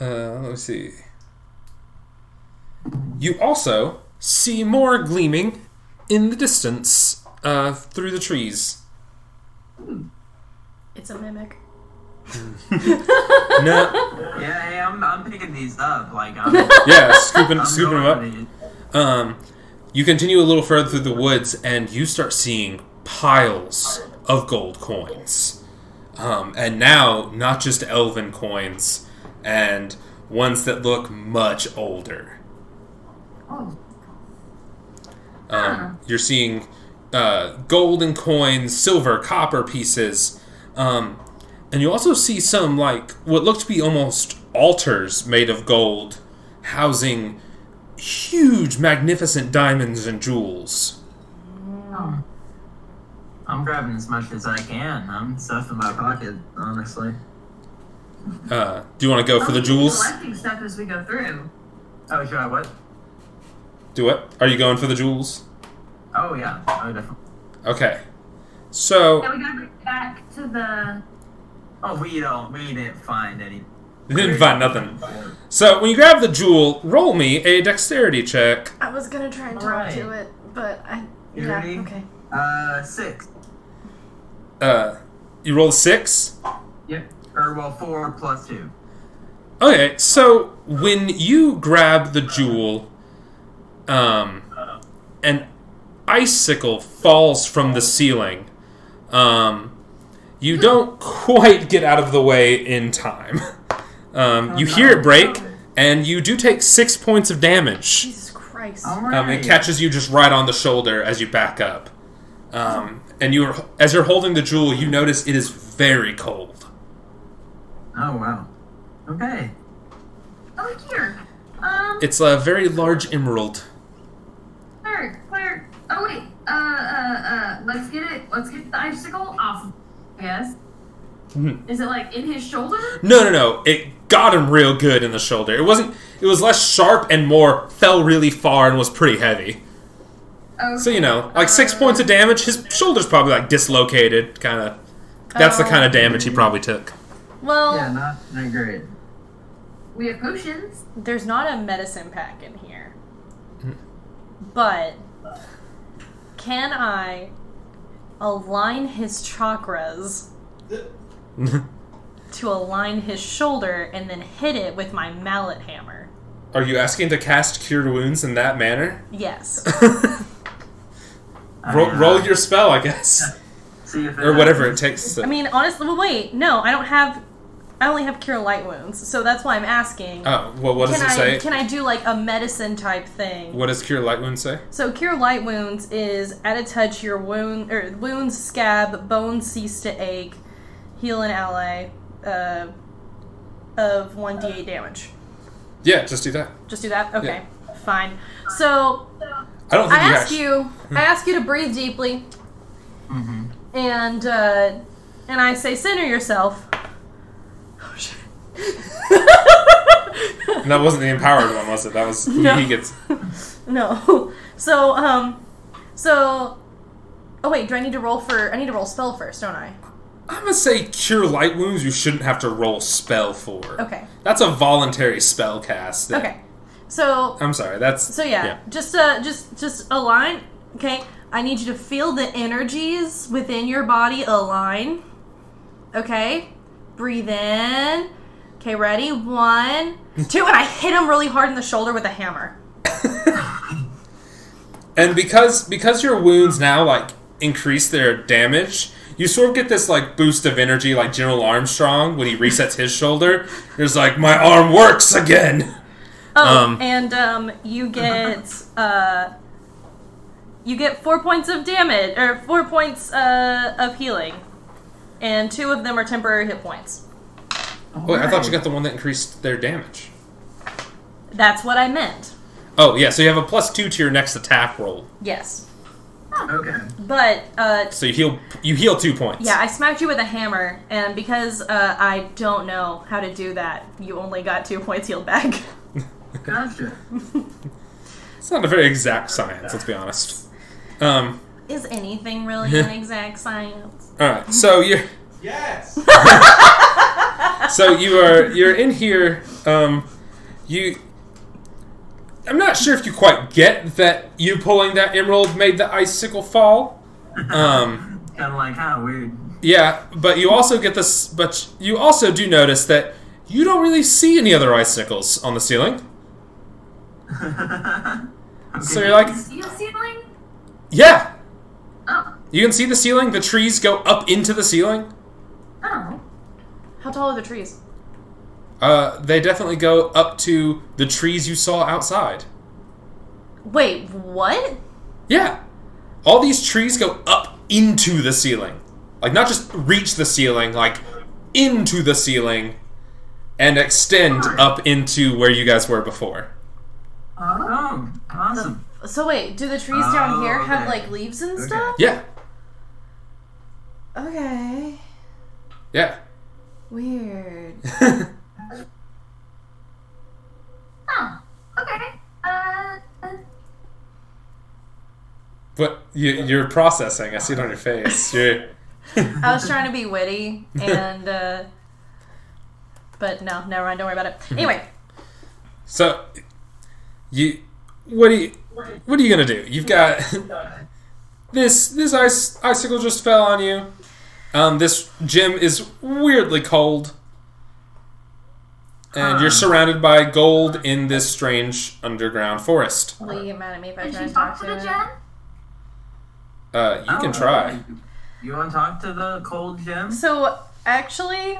uh, let me see. You also see more gleaming in the distance uh, through the trees. It's a mimic. No, Yeah, hey, I'm, I'm picking these up. Like, I'm, yeah, scooping, I'm scooping them going up. for these. Um, you continue a little further through the woods, and you start seeing piles of gold coins. Um, and now, not just elven coins, and ones that look much older. Oh, Um, you're seeing uh, golden coins, silver, copper pieces, um, and you also see some like what look to be almost altars made of gold, housing huge, magnificent diamonds and jewels. I'm grabbing as much as I can. I'm stuffing my pocket, honestly. Uh, do you want to go for Oh, the jewels? Collecting stuff as we go through. Oh, should I what? Do it. Are you going for the jewels? Oh, yeah. Oh, definitely. Okay. So Yeah, we gotta bring it back to the. Oh, we don't. We didn't find any. you didn't find nothing. So when you grab the jewel, roll me a dexterity check. I was gonna try and talk Alright. to it, but I. You yeah, ready? okay. Uh, six. Uh, you roll a six. Yep. Or well, four plus two. Okay, so when you grab the jewel, um, an icicle falls from the ceiling. Um, you don't quite get out of the way in time. Um, you hear it break, and you do take six points of damage. Jesus Christ. All right. Um, it catches you just right on the shoulder as you back up. Um, and you, are, as you're holding the jewel, you notice it is very cold. Oh wow. Okay. Oh, here. Um, It's a very large emerald. Claire, Claire. Oh wait. Uh, uh, uh. Let's get it. Let's get the icicle off. I guess. Mhm. Is it like in his shoulder? No, no, no. It got him real good in the shoulder. It wasn't. It was less sharp and more fell really far and was pretty heavy. Okay. So you know, like six points of damage. His shoulder's probably like dislocated, kind of. That's the Oh. kind of damage he probably took. Well, Yeah, not not great. We have potions. there's not a medicine pack in here. Hmm. But can I align his chakras to align his shoulder and then hit it with my mallet hammer? Are you asking to cast Cure Wounds in that manner? Yes. Roll, mean, roll uh, your spell, I guess, See if it or whatever it happens. takes. I To, mean, honestly, well, wait, no, I don't have. I only have cure light wounds, so that's why I'm asking. oh, well, what does can it I say? can I do like a medicine type thing? What does Cure Light Wounds say? So cure light wounds is at a touch your wound or wounds scab, bones cease to ache, heal an ally uh, of one Uh. d8 damage. Yeah, just do that. Just do that. Okay, fine. So I don't think I you ask actually. you, I ask you to breathe deeply, Mm-hmm. and uh, and I say center yourself. Oh shit. And that wasn't the empowered one, was it? That was No. he gets. No. So, um, so, oh wait, do I need to roll for? I need to roll spell first, don't I? I'm gonna say cure light wounds. You shouldn't have to roll spell for. Okay. That's a voluntary spell cast. that- Okay. So, I'm sorry. That's so yeah, just uh, just just align. Okay, I need you to feel the energies within your body align. Okay, breathe in. Okay, ready? One, two, and I hit him really hard in the shoulder with a hammer. And because because your wounds now like increase their damage, you sort of get this like boost of energy, like General Armstrong when he resets his shoulder. There's like my arm works again. Oh, Um, and um, you get uh, you get four points of damage or four points uh, of healing, and two of them are temporary hit points. Wait, Oh, I thought you got the one that increased their damage. That's what I meant. Oh yeah, so you have a plus two to your next attack roll, Yes, Okay. but uh, so you heal you heal two points. yeah, I smacked you with a hammer, and because uh, I don't know how to do that, you only got two points healed back. Gotcha. it's not a very exact science. Let's be honest. Um, Is anything really an exact science? all right, so you're Yes. so you are you're in here. Um, you, I'm not sure if you quite get that you pulling that emerald made the icicle fall. Um, Kind of like, how weird. Yeah, but you also get this. But you also do notice that you don't really see any other icicles on the ceiling. So you're like, Steel ceiling? yeah, Oh. you can see the ceiling. The trees go up into the ceiling. Oh. How tall are the trees? Uh, they definitely go up to the trees you saw outside. Wait, what? Yeah, all these trees go up into the ceiling, like not just reach the ceiling, like into the ceiling, and extend up into where you guys were before. Oh, awesome. So wait, do the trees down Oh, here have okay. like leaves and Okay. stuff? Yeah, Okay. yeah. Weird. Oh. Okay. Uh. uh, But you, you're processing. I see it on your face. You're, I was trying to be witty and uh but no, never mind, don't worry about it. Anyway, so, you, what do you, what are you gonna do? You've got this. This ice icicle just fell on you. Um, this gym is weirdly cold, and Ah. you're surrounded by gold in this strange underground forest. will you get mad at me if I did try you to talk talk to the it? gen? Uh, you Oh. can try. Oh, You want to talk to the cold gem? So actually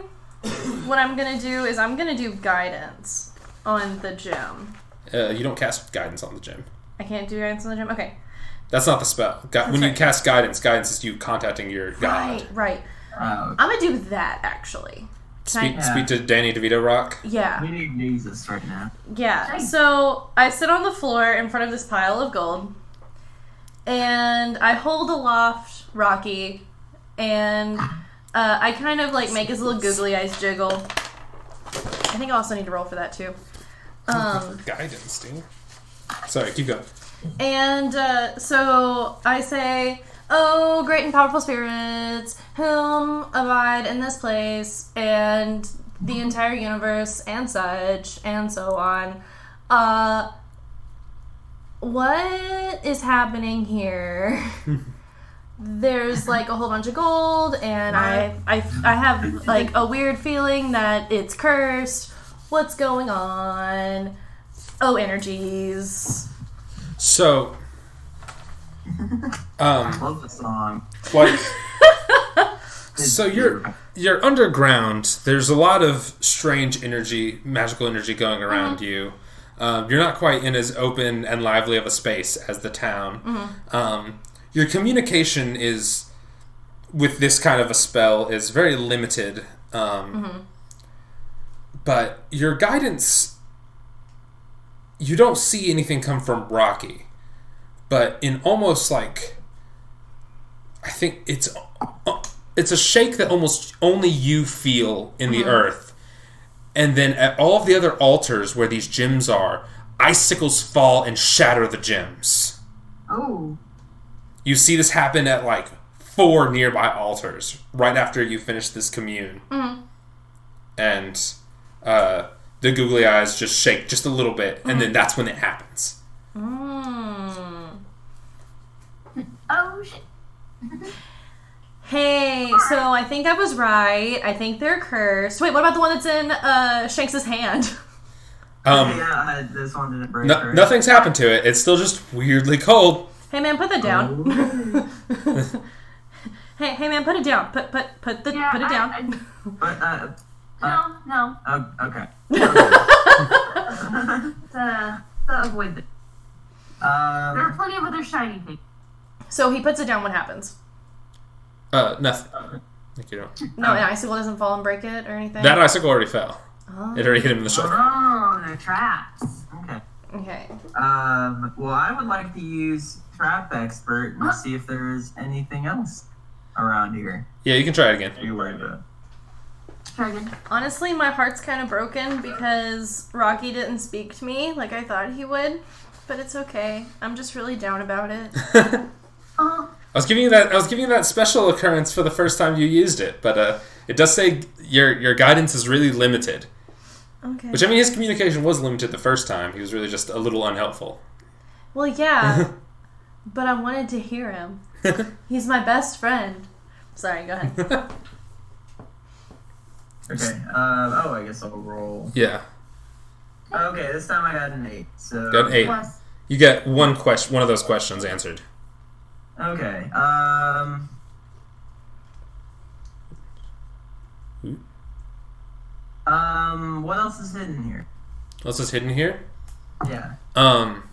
what I'm gonna do is I'm gonna do guidance on the gym. Uh, you don't cast guidance on the gym. I can't do guidance on the gym? Okay. That's not the spell. Gu- when you right. cast guidance, guidance is you contacting your god. Right, right. I'm Oh, gonna do that actually. Speak, Can I- speak to Danny DeVito Rock. yeah. we need Jesus right now. Yeah. Dang. So I sit on the floor in front of this pile of gold, and I hold aloft Rocky, and uh, I kind of like make his little googly eyes jiggle. I think I also need to roll for that too. Um, Guidance, dude. Sorry, keep going. and uh, so I say, "Oh, great and powerful spirits, whom abide in this place, and the entire universe, and such, and so on." Uh, what is happening here? There's like a whole bunch of gold, and I, I, I have like a weird feeling that it's cursed. What's going on? Oh, energies. So, um, Love the song. like, so you're you're underground. There's a lot of strange energy, magical energy going around you. Um, you're not quite in as open and lively of a space as the town. Um, your communication is with this kind of a spell is very limited. Um, But your guidance, you don't see anything come from Rocky, but in almost like, I think it's it's a shake that almost only you feel in the earth, and then at all of the other altars where these gems are, icicles fall and shatter the gems Oh. you see this happen at like four nearby altars right after you finish this commune and uh, the googly eyes just shake just a little bit and then that's when it happens Mm. Oh shit. Hey, so I think I was right. I think they're cursed. Wait, what about the one that's in uh, Shanks's hand? um, yeah, I, this one didn't break. no- right? nothing's happened to it it's still just weirdly cold Hey man, put that down. hey, hey man, put it down. Put put put the Yeah, put it I- down. But, uh, No, no. oh, okay. Um, Uh, uh, avoid the. There are Um, plenty of other shiny things. so he puts it down. What happens? uh, nothing Thank you don't. No, an icicle doesn't fall and break it or anything. that icicle already fell Oh, it already hit him in the shoulder Oh, they're traps. okay. okay. Um, well, I would like to use Trap Expert and see if there's anything else around here. yeah you can try it again Are you worried about? Try again. Honestly, my heart's kind of broken because Rocky didn't speak to me like I thought he would, but it's okay. I'm just really down about it. Oh, I was giving you that. I was giving you that special occurrence for the first time you used it, but uh, it does say your your guidance is really limited. Okay. Which I mean, his communication was limited the first time. He was really just a little unhelpful. well, yeah, but I wanted to hear him. He's my best friend. Sorry, go ahead. Okay. Um, oh, I guess I'll roll. Uh, yeah, Okay, this time I got an eight. So got an eight. Plus, You get one question, one of those questions answered. Okay. Um. Ooh. Um. What else is hidden here? What's this hidden here? Yeah. Um,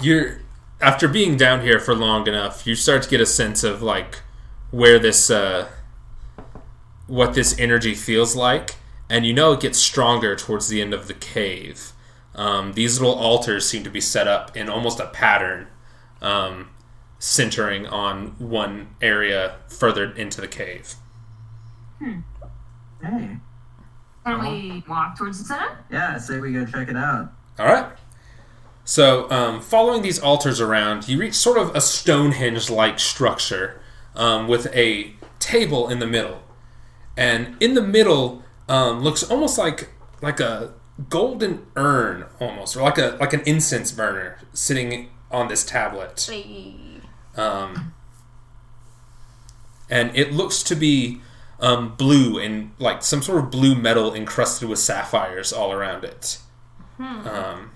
you're after being down here for long enough, you start to get a sense of like where this, uh, what this energy feels like, and you know it gets stronger towards the end of the cave. Um, these little altars seem to be set up in almost a pattern, um, centering on one area further into the cave. Hey. Can we walk towards the center? Yeah. Say we go check it out. All right. So, um, following these altars around, you reach sort of a Stonehenge like structure um, with a table in the middle. And in the middle um, looks almost like like a golden urn, almost, or like a like an incense burner sitting on this tablet. Hey. Um, and it looks to be um, blue and like some sort of blue metal encrusted with sapphires all around it. Um,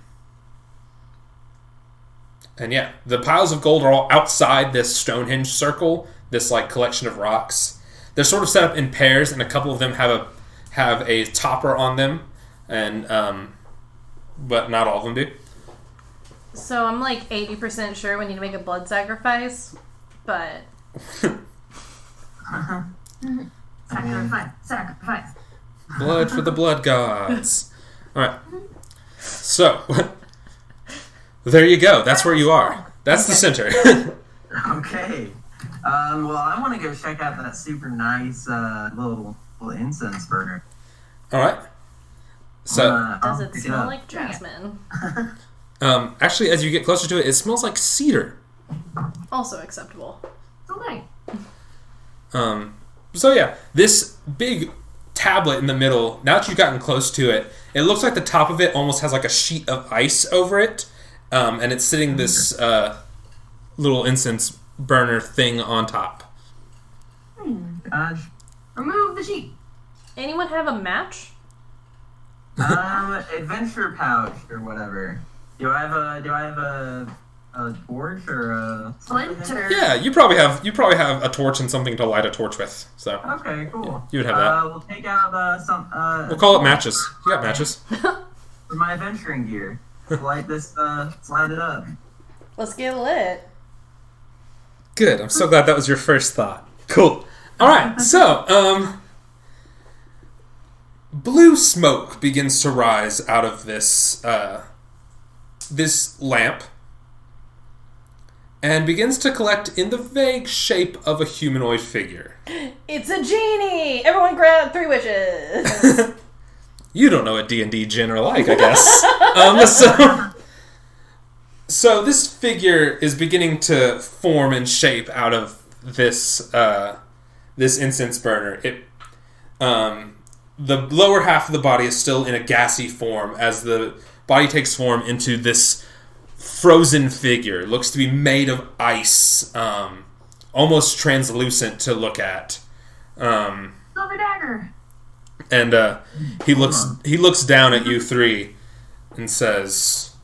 and yeah, the piles of gold are all outside this Stonehenge circle, this like collection of rocks. They're sort of set up in pairs, and a couple of them have a have a topper on them, and um, but not all of them do. So I'm like 80% sure we need to make a blood sacrifice, but sacrifice, sacrifice. Blood for the blood gods. All right. So, there you go. That's where you are. That's the center. Okay. Um. Well, I want to go check out that super nice uh, little, little incense burner. All right. So, Uh, does I'll it pick smell up. like jasmine? um, actually, as you get closer to it, it smells like cedar. Also acceptable. Delight. Um, so yeah, this big tablet in the middle. Now that you've gotten close to it, it looks like the top of it almost has like a sheet of ice over it, um, and it's sitting this uh, little incense burner thing on top. Uh, Remove the sheet. Anyone have a match? um, adventure pouch or whatever. Do I have a Do I have a a torch or a Splinter. Yeah, you probably have you probably have a torch and something to light a torch with. So Okay, cool. You would have that. Uh, we'll take out uh, some. Uh, we'll call it matches. You got matches. for my adventuring gear. Light this. Uh, slide it up. Let's get lit. Good. I'm so glad that was your first thought. Cool. All right. So, um, blue smoke begins to rise out of this uh, this lamp and begins to collect in the vague shape of a humanoid figure. It's a genie! Everyone grab three wishes! you don't know what D&D gin are like, I guess. um, so, so this figure is beginning to form and shape out of this uh, this incense burner. It um, the lower half of the body is still in a gassy form as the body takes form into this frozen figure. It looks to be made of ice, um, almost translucent to look at. Um, Silver dagger. and uh, he looks he looks down at you three and says,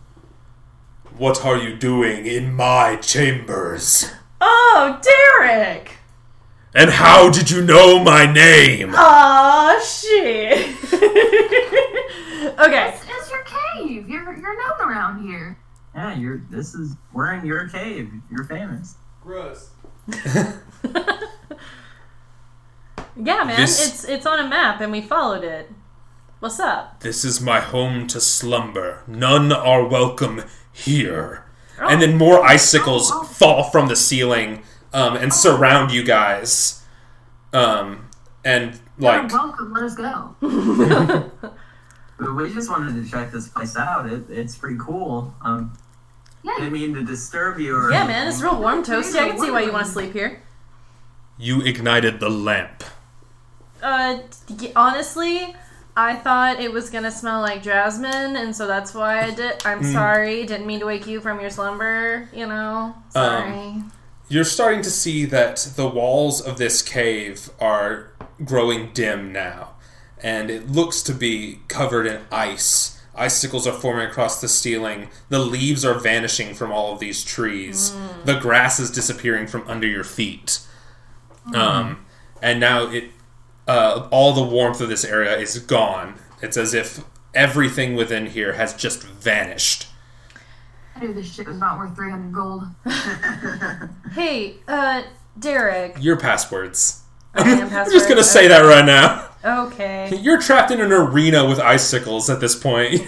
"What are you doing in my chambers? oh, Derek! And how did you know my name?" Aw, shit! okay, This is your cave. You're you're known around here. Yeah, you're. This is. We're in your cave. You're famous. Gross. yeah, man, This- it's it's on a map and we followed it. What's up? This is my home to slumber. None are welcome here. And then more icicles fall from the ceiling um, and surround you guys. Um, and You're like, welcome. Let us go. But we just wanted to check this place out. It, it's pretty cool. Um, Yeah. Didn't mean to disturb you. Or Yeah, man, it's real warm, toasty. I can see why you want to sleep here. You ignited the lamp. Uh, y- honestly, I thought it was gonna smell like jasmine, and so that's why I did. I'm sorry, didn't mean to wake you from your slumber. You know, sorry. You're starting to see that the walls of this cave are growing dim now, and it looks to be covered in ice. Icicles are forming across the ceiling. The leaves are vanishing from all of these trees. Hmm. The grass is disappearing from under your feet. Hmm. Um, and now it, uh, all the warmth of this area is gone. It's as if everything within here has just vanished. I knew this shit was not worth 300 gold. hey, uh, Derek. Your passwords. I am I'm just gonna say that right now. Okay. You're trapped in an arena with icicles at this point.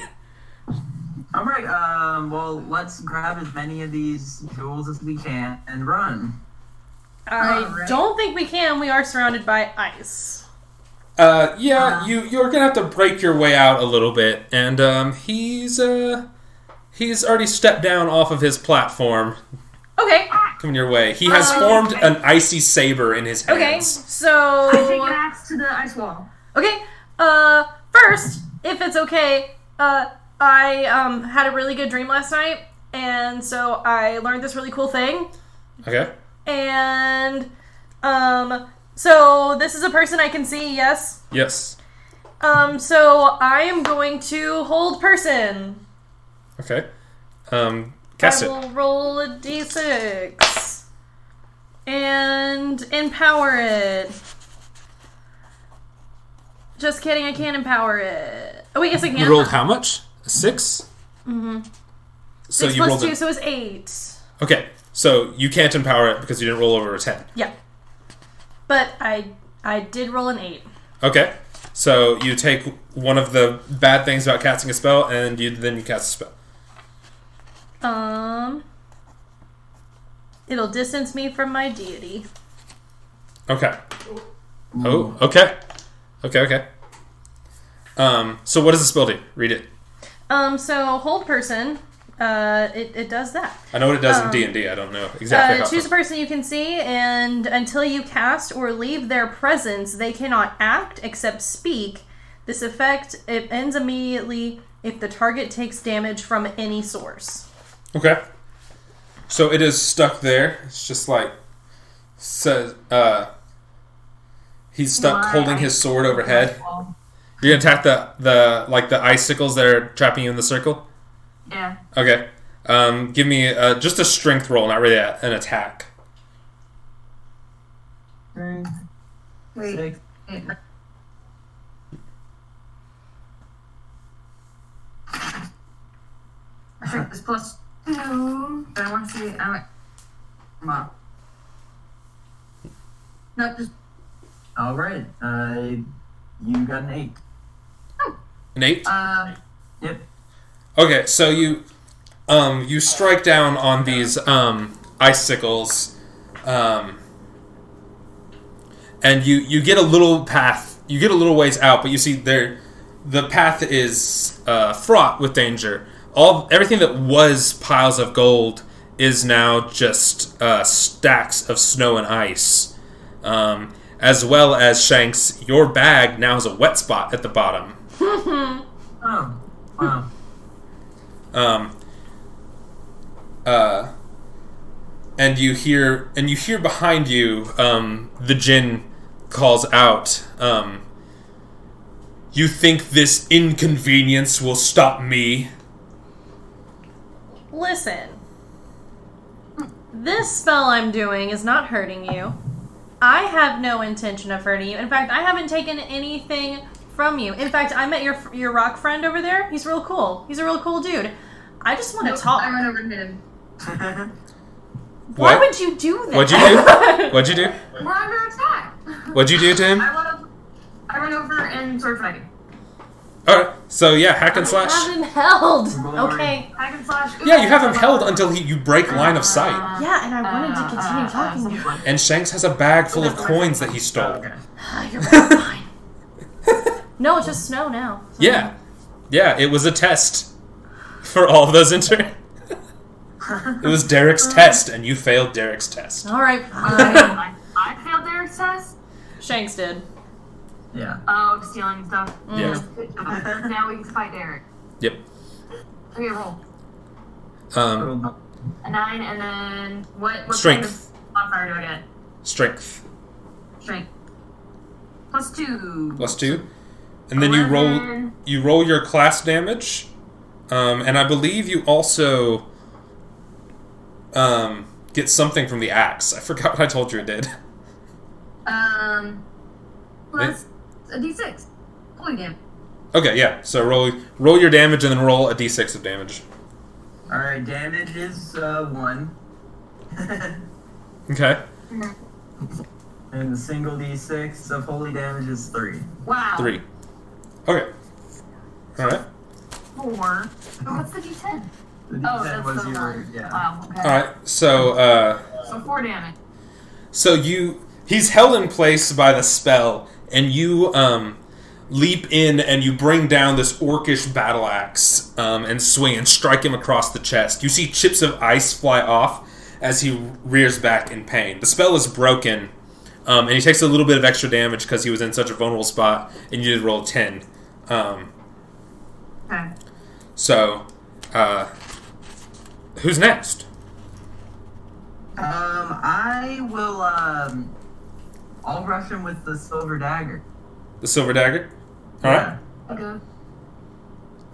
All right. Um. Well, let's grab as many of these jewels as we can and run. I Alright. don't think we can. We are surrounded by ice. Uh, Uh-huh. yeah, you you're gonna have to break your way out a little bit, and um, he's uh, he's already stepped down off of his platform Okay. coming your way. He has Oh, formed an icy saber in his Okay. hands. I take an So. axe to the ice wall. Okay. Uh, first, if it's okay, uh, I um had a really good dream last night, and so I learned this really cool thing. Okay. Okay. And um, so this is a person I can see. Yes. Yes. Um, so I am going to hold person. Okay. Um, cast I it. will roll a d6 and empower it. Just kidding, I can't empower it. Oh wait, yes I can. You rolled how much? A six. Mm-hmm. So six you plus rolled. two, An, so it's eight. okay. So you can't empower it because you didn't roll over a ten. Yeah, but I I did roll an eight. Okay. So you take one of the bad things about casting a spell, and you then you cast a spell. Um, it'll distance me from my deity. Okay. Oh. Okay. Okay. Okay. Um. So what does the spell do? Read it. Um, so hold person. Uh, it, it does that. I know what it does in D and D. I don't know exactly. Um, Uh, how choose a person you can see, and until you cast or leave their presence, they cannot act except speak. This effect it ends immediately if the target takes damage from any source. Okay. So it is stuck there. It's just like says. Uh. He's stuck Why? holding his sword overhead. Well, You're gonna attack the the like the icicles that are trapping you in the circle. yeah. Okay. Um, give me uh, just a strength roll, not really a, an attack. Three, Wait. six. wait. I think this plus. No. But I want to see. I want. Come on. No, just All right. Uh, you got an eight. An eight. uh. Yep. Okay, so you um you strike down on these um icicles um and you you get a little path you get a little ways out but you see there the path is uh, fraught with danger all everything that was piles of gold is now just uh, stacks of snow and ice um, as well as shanks your bag now has a wet spot at the bottom Oh. Wow. um, uh, and you hear and you hear behind you um, the jinn calls out um, you think this inconvenience will stop me Listen, this spell I'm doing is not hurting you. I have no intention of hurting you. In fact, I haven't taken anything from you. In fact, I met your your rock friend over there. He's real cool. He's a real cool dude. I just want to nope, talk. I run over to him. Why What? would you do that? what'd you do what'd you do We're under attack. what'd you do to him I want to. I run over and sword fighting. all right so yeah hack and Have slash him held. Glory. Okay. I can slash. Uh, yeah you have him held until he, you break line of sight Yeah, and I wanted to Uh, continue uh, talking. to uh, you. something and shanks has a bag full of coins that he stole Okay. Ah, You're fine. no, it's just snow now. yeah yeah it was a test for all of those inter It was Derek's test, and you failed Derek's test. All right, fine. I, I failed their test. Shanks did. Yeah. Oh, stealing stuff. Yeah. Good job. now we can fight Eric. Yep. Okay, roll Um, Cool. a nine, and then what? What Strength. kind of modifier do I get? strength Strength. Plus two. plus two, and then you Uh-huh. roll. Eleven. You roll your class damage, um, and I believe you also um, get something from the axe. I forgot what I told you it did. Um, plus a d6. Holy damn. Okay, yeah. So roll roll your damage, and then roll a d6 of damage. All right, damage is uh, one. Okay, and the single d6 of holy damage is three. Wow. three. Okay. All right. Four. But what's the d10? The d10 Oh, that's was the your one. yeah. Wow. Okay. All right. So. Uh, So four damage. So you he's held in place by the spell, and you um, leap in and you bring down this orcish battle axe um, and swing and strike him across the chest. You see chips of ice fly off as he rears back in pain. The spell is broken, um, and he takes a little bit of extra damage because he was in such a vulnerable spot, and you did roll ten. Um, Okay. so, uh, who's next? Um, I will um, I'll rush him with the silver dagger. The silver dagger. All right. Okay.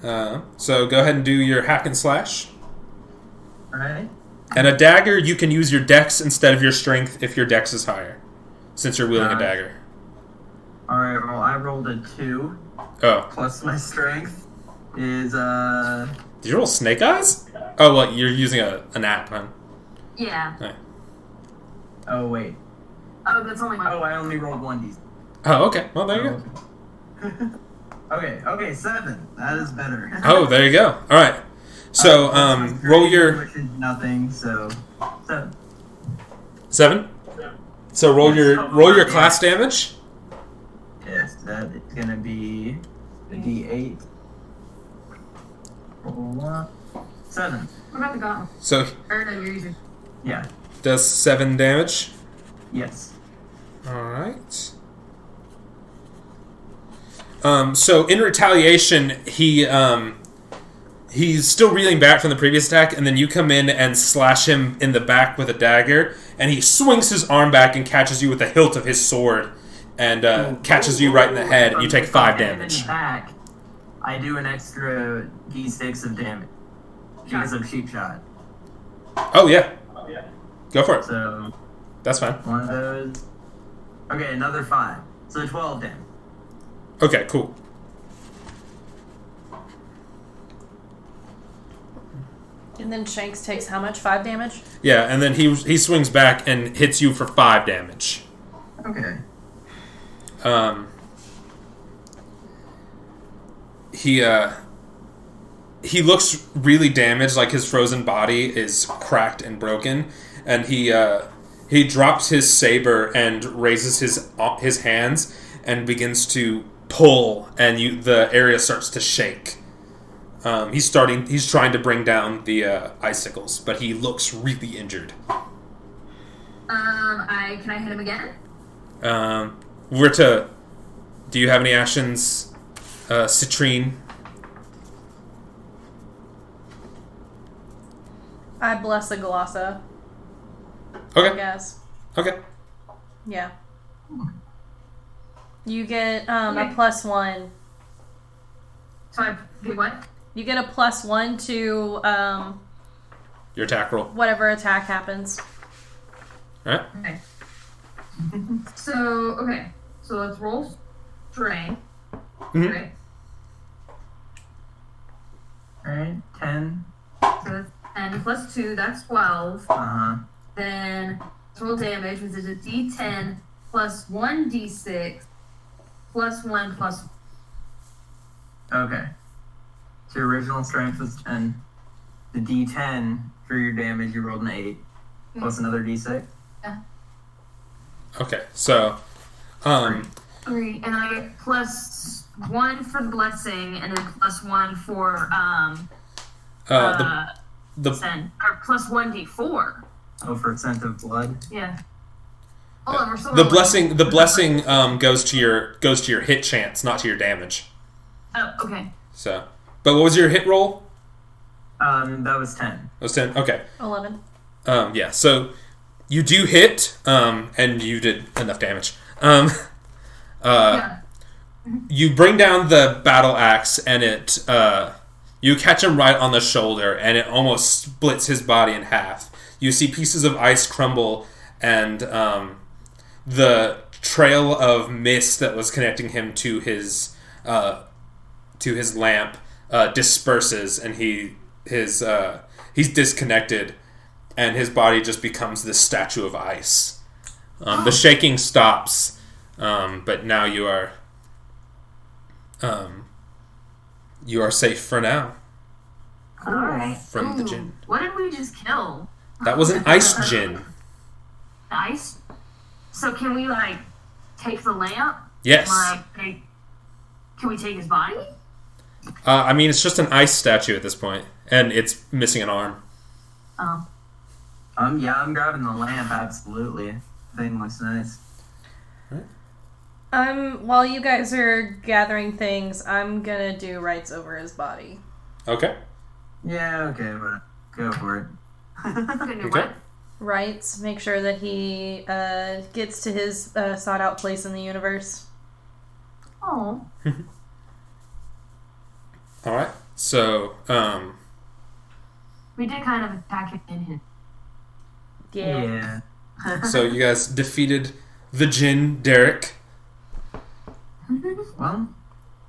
Uh, so go ahead and do your hack and slash. Yeah. All right. And a dagger, you can use your dex instead of your strength if your dex is higher, since you're wielding a Nice. dagger. All right. Well, I rolled a two Oh, plus my strength is uh did you roll snake eyes? Oh, well, you're using a, an app, huh? Yeah. Alright. oh wait Oh, that's only one. oh I only rolled one d. Oh, okay. Well, there you go. okay. Okay. Seven. That is better. Oh, there you go. All right. So, Uh, um, plus my roll three, your which is nothing. So seven. seven. So roll your roll your class damage. Yes, that is gonna be a D8. Roll one. Seven. What about the gauntlet? So Or no, you're using. Yeah. does seven damage. Yes. All right. Um, so in retaliation, he um, he's still reeling back from the previous attack, and then you come in and slash him in the back with a dagger, and he swings his arm back and catches you with the hilt of his sword, and uh, catches you right in the head, and you take five If I hit him in damage. the back, I do an extra D6 of damage because of cheap shot. Oh yeah, go for it. So That's fine. one of those. Okay, another five. So 12 damage. Okay, cool. And then Shanks takes how much? Five damage. Yeah, and then he he swings back and hits you for five damage. Okay. um, he uh, he looks really damaged like his frozen body is cracked and broken and he uh, he drops his saber and raises his uh, his hands and begins to pull and you the area starts to shake um, he's starting he's trying to bring down the uh, icicles but he looks really injured Um, I can I hit him again? Um, we're to. Do you have any actions, uh, Citrine? I bless a glossa. I Okay. guess. Okay. Yeah. You get um, a Okay. plus one. So I do what? You get a plus one to um, Your attack roll. whatever attack happens. All right. Okay. so okay. So let's roll strength. Mhm. Right. Alright, 10. So that's ten plus two. That's twelve. Uh huh. Then let's roll damage, which is a D10 plus one D6 plus one plus. Okay. So your original strength was 10. The d10 for your damage, you rolled an 8. Plus another d6. Okay. So, um, Three, and I get plus one for blessing, and then plus one for um uh, the, uh, the percent or plus one d four. Oh, percent of blood. Yeah. Hold on, we're still the rolling. blessing the blessing um, goes to your goes to your hit chance, not to your damage. Oh, okay. So, but what was your hit roll? Um, that was ten. That was ten. Okay. Eleven. Um, yeah. So you do hit, um, and you did enough damage. Um, uh, Yeah. you bring down the battle axe, and it uh, you catch him right on the shoulder, and it almost splits his body in half. You see pieces of ice crumble, and um, the trail of mist that was connecting him to his uh, to his lamp uh, disperses, and he his uh, he's disconnected, and his body just becomes this statue of ice. Um, the shaking stops, um, but now you are um, you are safe for now All right. from the Ooh, gin. What did Oh, we just kill? That was an ice gin. The ice. So can we like take the lamp? Yes. Uh, Like, take- can we take his body? Uh, I mean, it's just an ice statue at this point, and it's missing an arm. Oh. Um, yeah, I'm grabbing the lamp. Absolutely. Thing looks nice. Um, while you guys are gathering things, I'm gonna do rites over his body. Okay. Yeah. Okay. But go for it. Okay. no, Okay. what? Rites, make sure that he uh, gets to his uh, sought out place in the universe. Oh. All right. So, um, We did kind of attack it in him. Yeah. Yeah. so you guys defeated the gin, Derek. Well,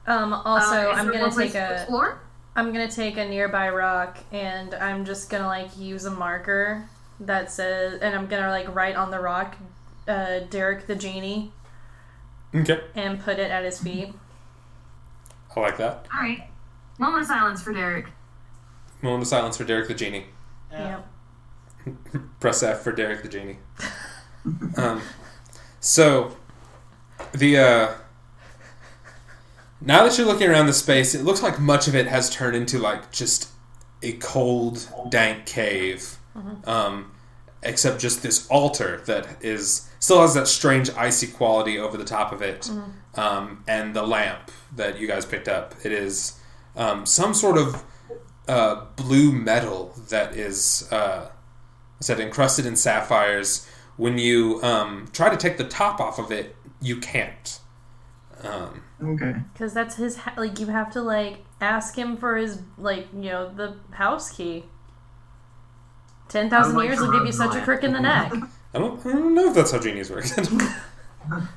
Um, also, Uh, is I'm there gonna one place take to a explore? I'm gonna take a nearby rock and I'm just gonna like use a marker that says, and I'm gonna like write on the rock, uh, Derek the genie, Okay. and put it at his feet. I like that. All right. Moment of silence for Derek. Moment of silence for Derek the genie. Yeah. Press F for Derek the genie. um, so the uh, now that you're looking around the space, it looks like much of it has turned into like just a cold, dank cave. Um, except just this altar that is still has that strange icy quality over the top of it, um, and the lamp that you guys picked up. It is um, some sort of uh, blue metal that is. Uh, I said encrusted in sapphires. When you um, try to take the top off of it, you can't. Um, okay. Because that's his, ha- like, you have to, like, ask him for his, like, you know, the house key. 10,000 I'd like years to will give you rub such a my- crick in the neck. I, don't, I don't know if that's how genies work. I don't, I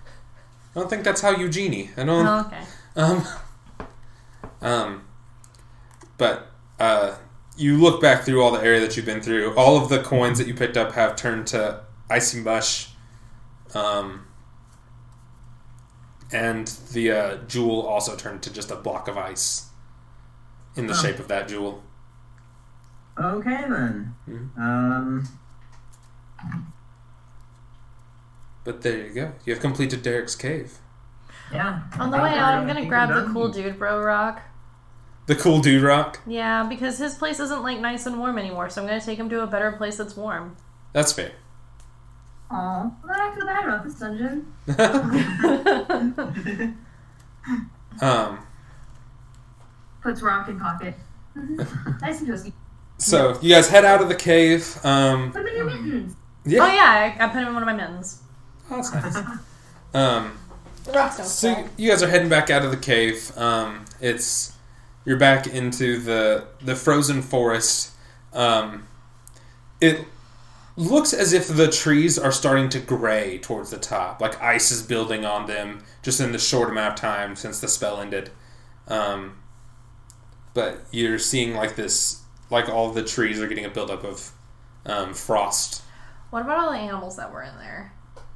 don't think that's how you genie. I don't. oh, okay. Um, um, but uh, you look back through all the area that you've been through. All of the coins that you picked up have turned to icy mush. Um, and the uh, jewel also turned to just a block of ice in the Oh. shape of that jewel. Okay then. Mhm. Um. But there you go. You have completed Derek's cave. Yeah. On the way out, I'm going to grab the cool dude bro rock. The cool dude rock. Yeah, because his place isn't, like, nice and warm anymore, so I'm going to take him to a better place that's warm. That's fair. Aw. Well, I feel bad about this dungeon. That's um, Puts rock in pocket. nice and toasty. so you guys head out of the cave. Um, Put them in your mittens. yeah. Oh, yeah, I, I put him in one of my mittens. Oh, that's nice. um, The rocks don't So fall. you- you guys are heading back out of the cave. Um, it's you're back into the the frozen forest. Um, it looks as if the trees are starting to gray towards the top, like ice is building on them just in the short amount of time since the spell ended. Um, but you're seeing like this, like all the trees are getting a buildup of um, frost. What about all the animals that were in there?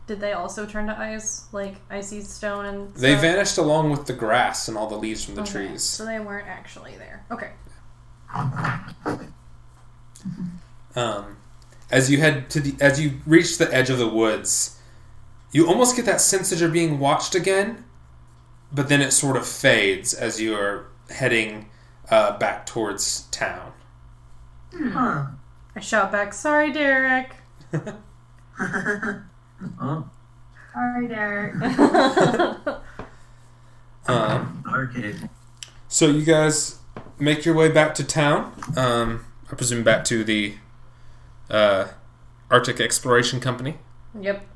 Did they also turn to ice? Like, icy stone and They stuff? vanished along with the grass and all the leaves from the Okay, trees. So they weren't actually there. Okay. um, as you head to the as you reach the edge of the woods you almost get that sense that you're being watched again but then it sort of fades as you are heading uh, back towards town Huh. I shout back, sorry, Derek. oh, Sorry, Derek. Um, arcade. so you guys make your way back to town. Um, I presume back to the uh, Arctic Exploration Company. yep.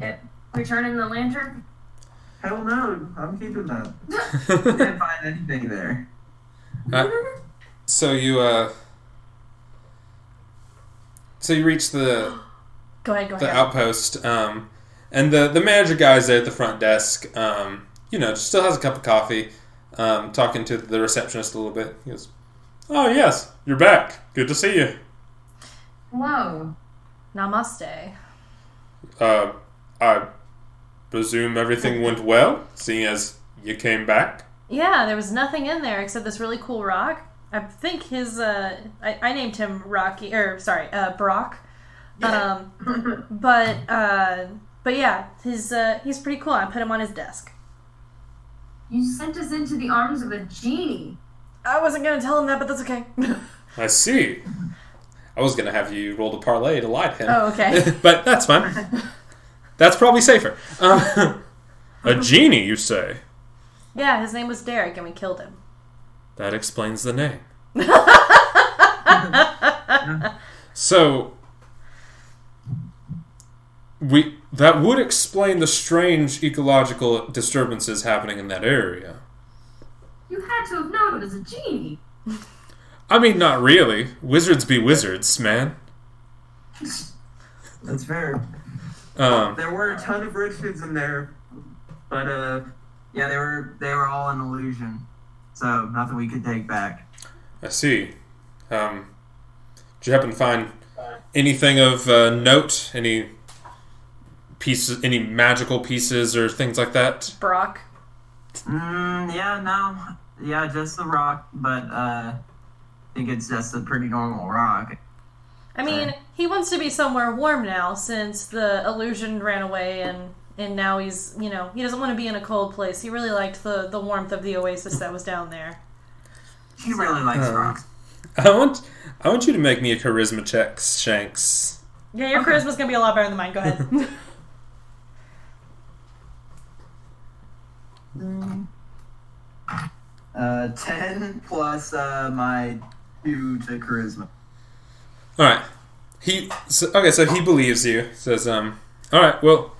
Yep. We turn in the lantern. Hell no, I'm keeping that. Didn't uh, find anything there. so you uh, so you reach the Go ahead, go the ahead. outpost, um, and the the manager guy's there at the front desk. Um, you know, still has a cup of coffee, um, talking to the receptionist a little bit. He goes, "Oh yes, you're back. Good to see you. Whoa. Namaste. Uh, I presume everything went well, seeing as you came back." Yeah, there was nothing in there except this really cool rock. I think his uh I, I named him Rocky or sorry, uh Brock. Um but uh but yeah, his uh he's pretty cool. I put him on his desk. You sent us into the arms of a genie. I wasn't gonna tell him that, but that's okay. I see. I was gonna have you roll the parlay to lie to him. Oh, okay. but that's fine. That's probably safer. Um, a genie, you say? yeah, his name was Derek and we killed him. That explains the name. so we that would explain the strange ecological disturbances happening in that area. You had to have known it was a genie. I mean, not really. Wizards be wizards, man. That's fair. Um, There were a ton of rich foods in there, but uh, yeah, they were they were all an illusion, so nothing we could take back. I see. Um, did you happen to find anything of uh, note? Any pieces? Any magical pieces or things like that? Brock. Mm, yeah, no, yeah, just the rock, but uh, I think it's just a pretty normal rock. I mean, he wants to be somewhere warm now since the illusion ran away and and now he's, you know, he doesn't want to be in a cold place. He really liked the the warmth of the oasis that was down there. She really Uh, likes rocks. I want. I want you to make me a charisma check, Shanks. Yeah, your charisma's gonna be a lot better than mine. Go ahead. Uh, ten plus uh, my two to charisma. All right. He so, okay. So he believes you. Says um. All right. Well,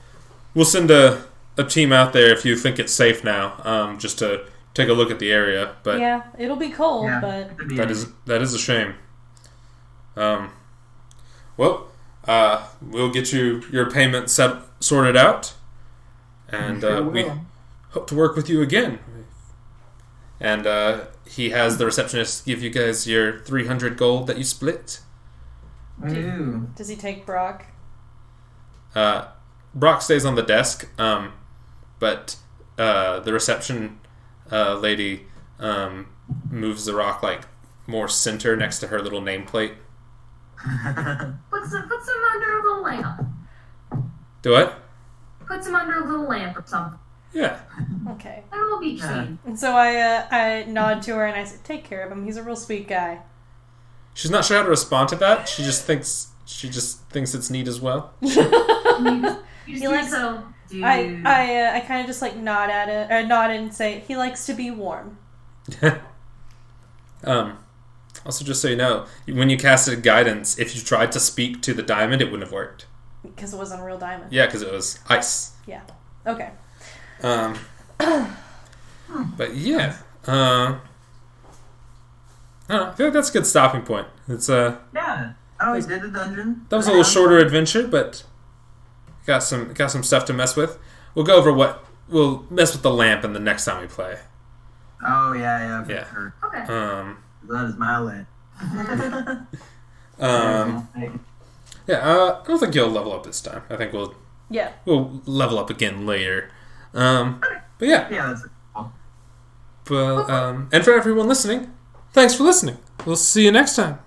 we'll send a a team out there if you think it's safe now. Um, just to take a look at the area. But yeah, it'll be cold, Yeah, but could be That is that is a shame. Um, well, uh, we'll get you your payment set sorted out, and uh, we hope to work with you again. And uh, he has the receptionist give you guys your three hundred gold that you split. Ooh. does he take Brock? Uh, Brock stays on the desk, um, but uh, the reception uh, lady um, moves the rock like more center next to her little nameplate. Put some, put some under a little lamp. Do what? Put some under a little lamp or something. Yeah. Okay. That will be Yeah. clean. And so I uh, I nod to her and I say, "Take care of him. He's a real sweet guy." She's not sure how to respond to that. She just thinks she just thinks it's neat as well. I You He see, likes- so I Mm. uh, I kind of just like nod at it or nod and say, "He likes to be warm." um, also, just so you know, when you casted guidance, if you tried to speak to the diamond, it wouldn't have worked. Because it wasn't a real diamond. Yeah, because it was ice. Yeah. Okay. Um, but yeah, uh, I, don't know, I feel like that's a good stopping point. It's uh, Yeah. Oh, we did a dungeon. that was a little shorter adventure, but got some got some stuff to mess with. We'll go over what we'll mess with the lamp in the next time we play. Oh yeah, yeah. for Yeah. sure. okay. Um, That is my land. Mm-hmm. um, Yeah, uh, I don't think you'll level up this time. I think we'll Yeah. we'll level up again later. Um, but yeah, yeah, that's cool. but, um, and for everyone listening, thanks for listening. We'll see you next time.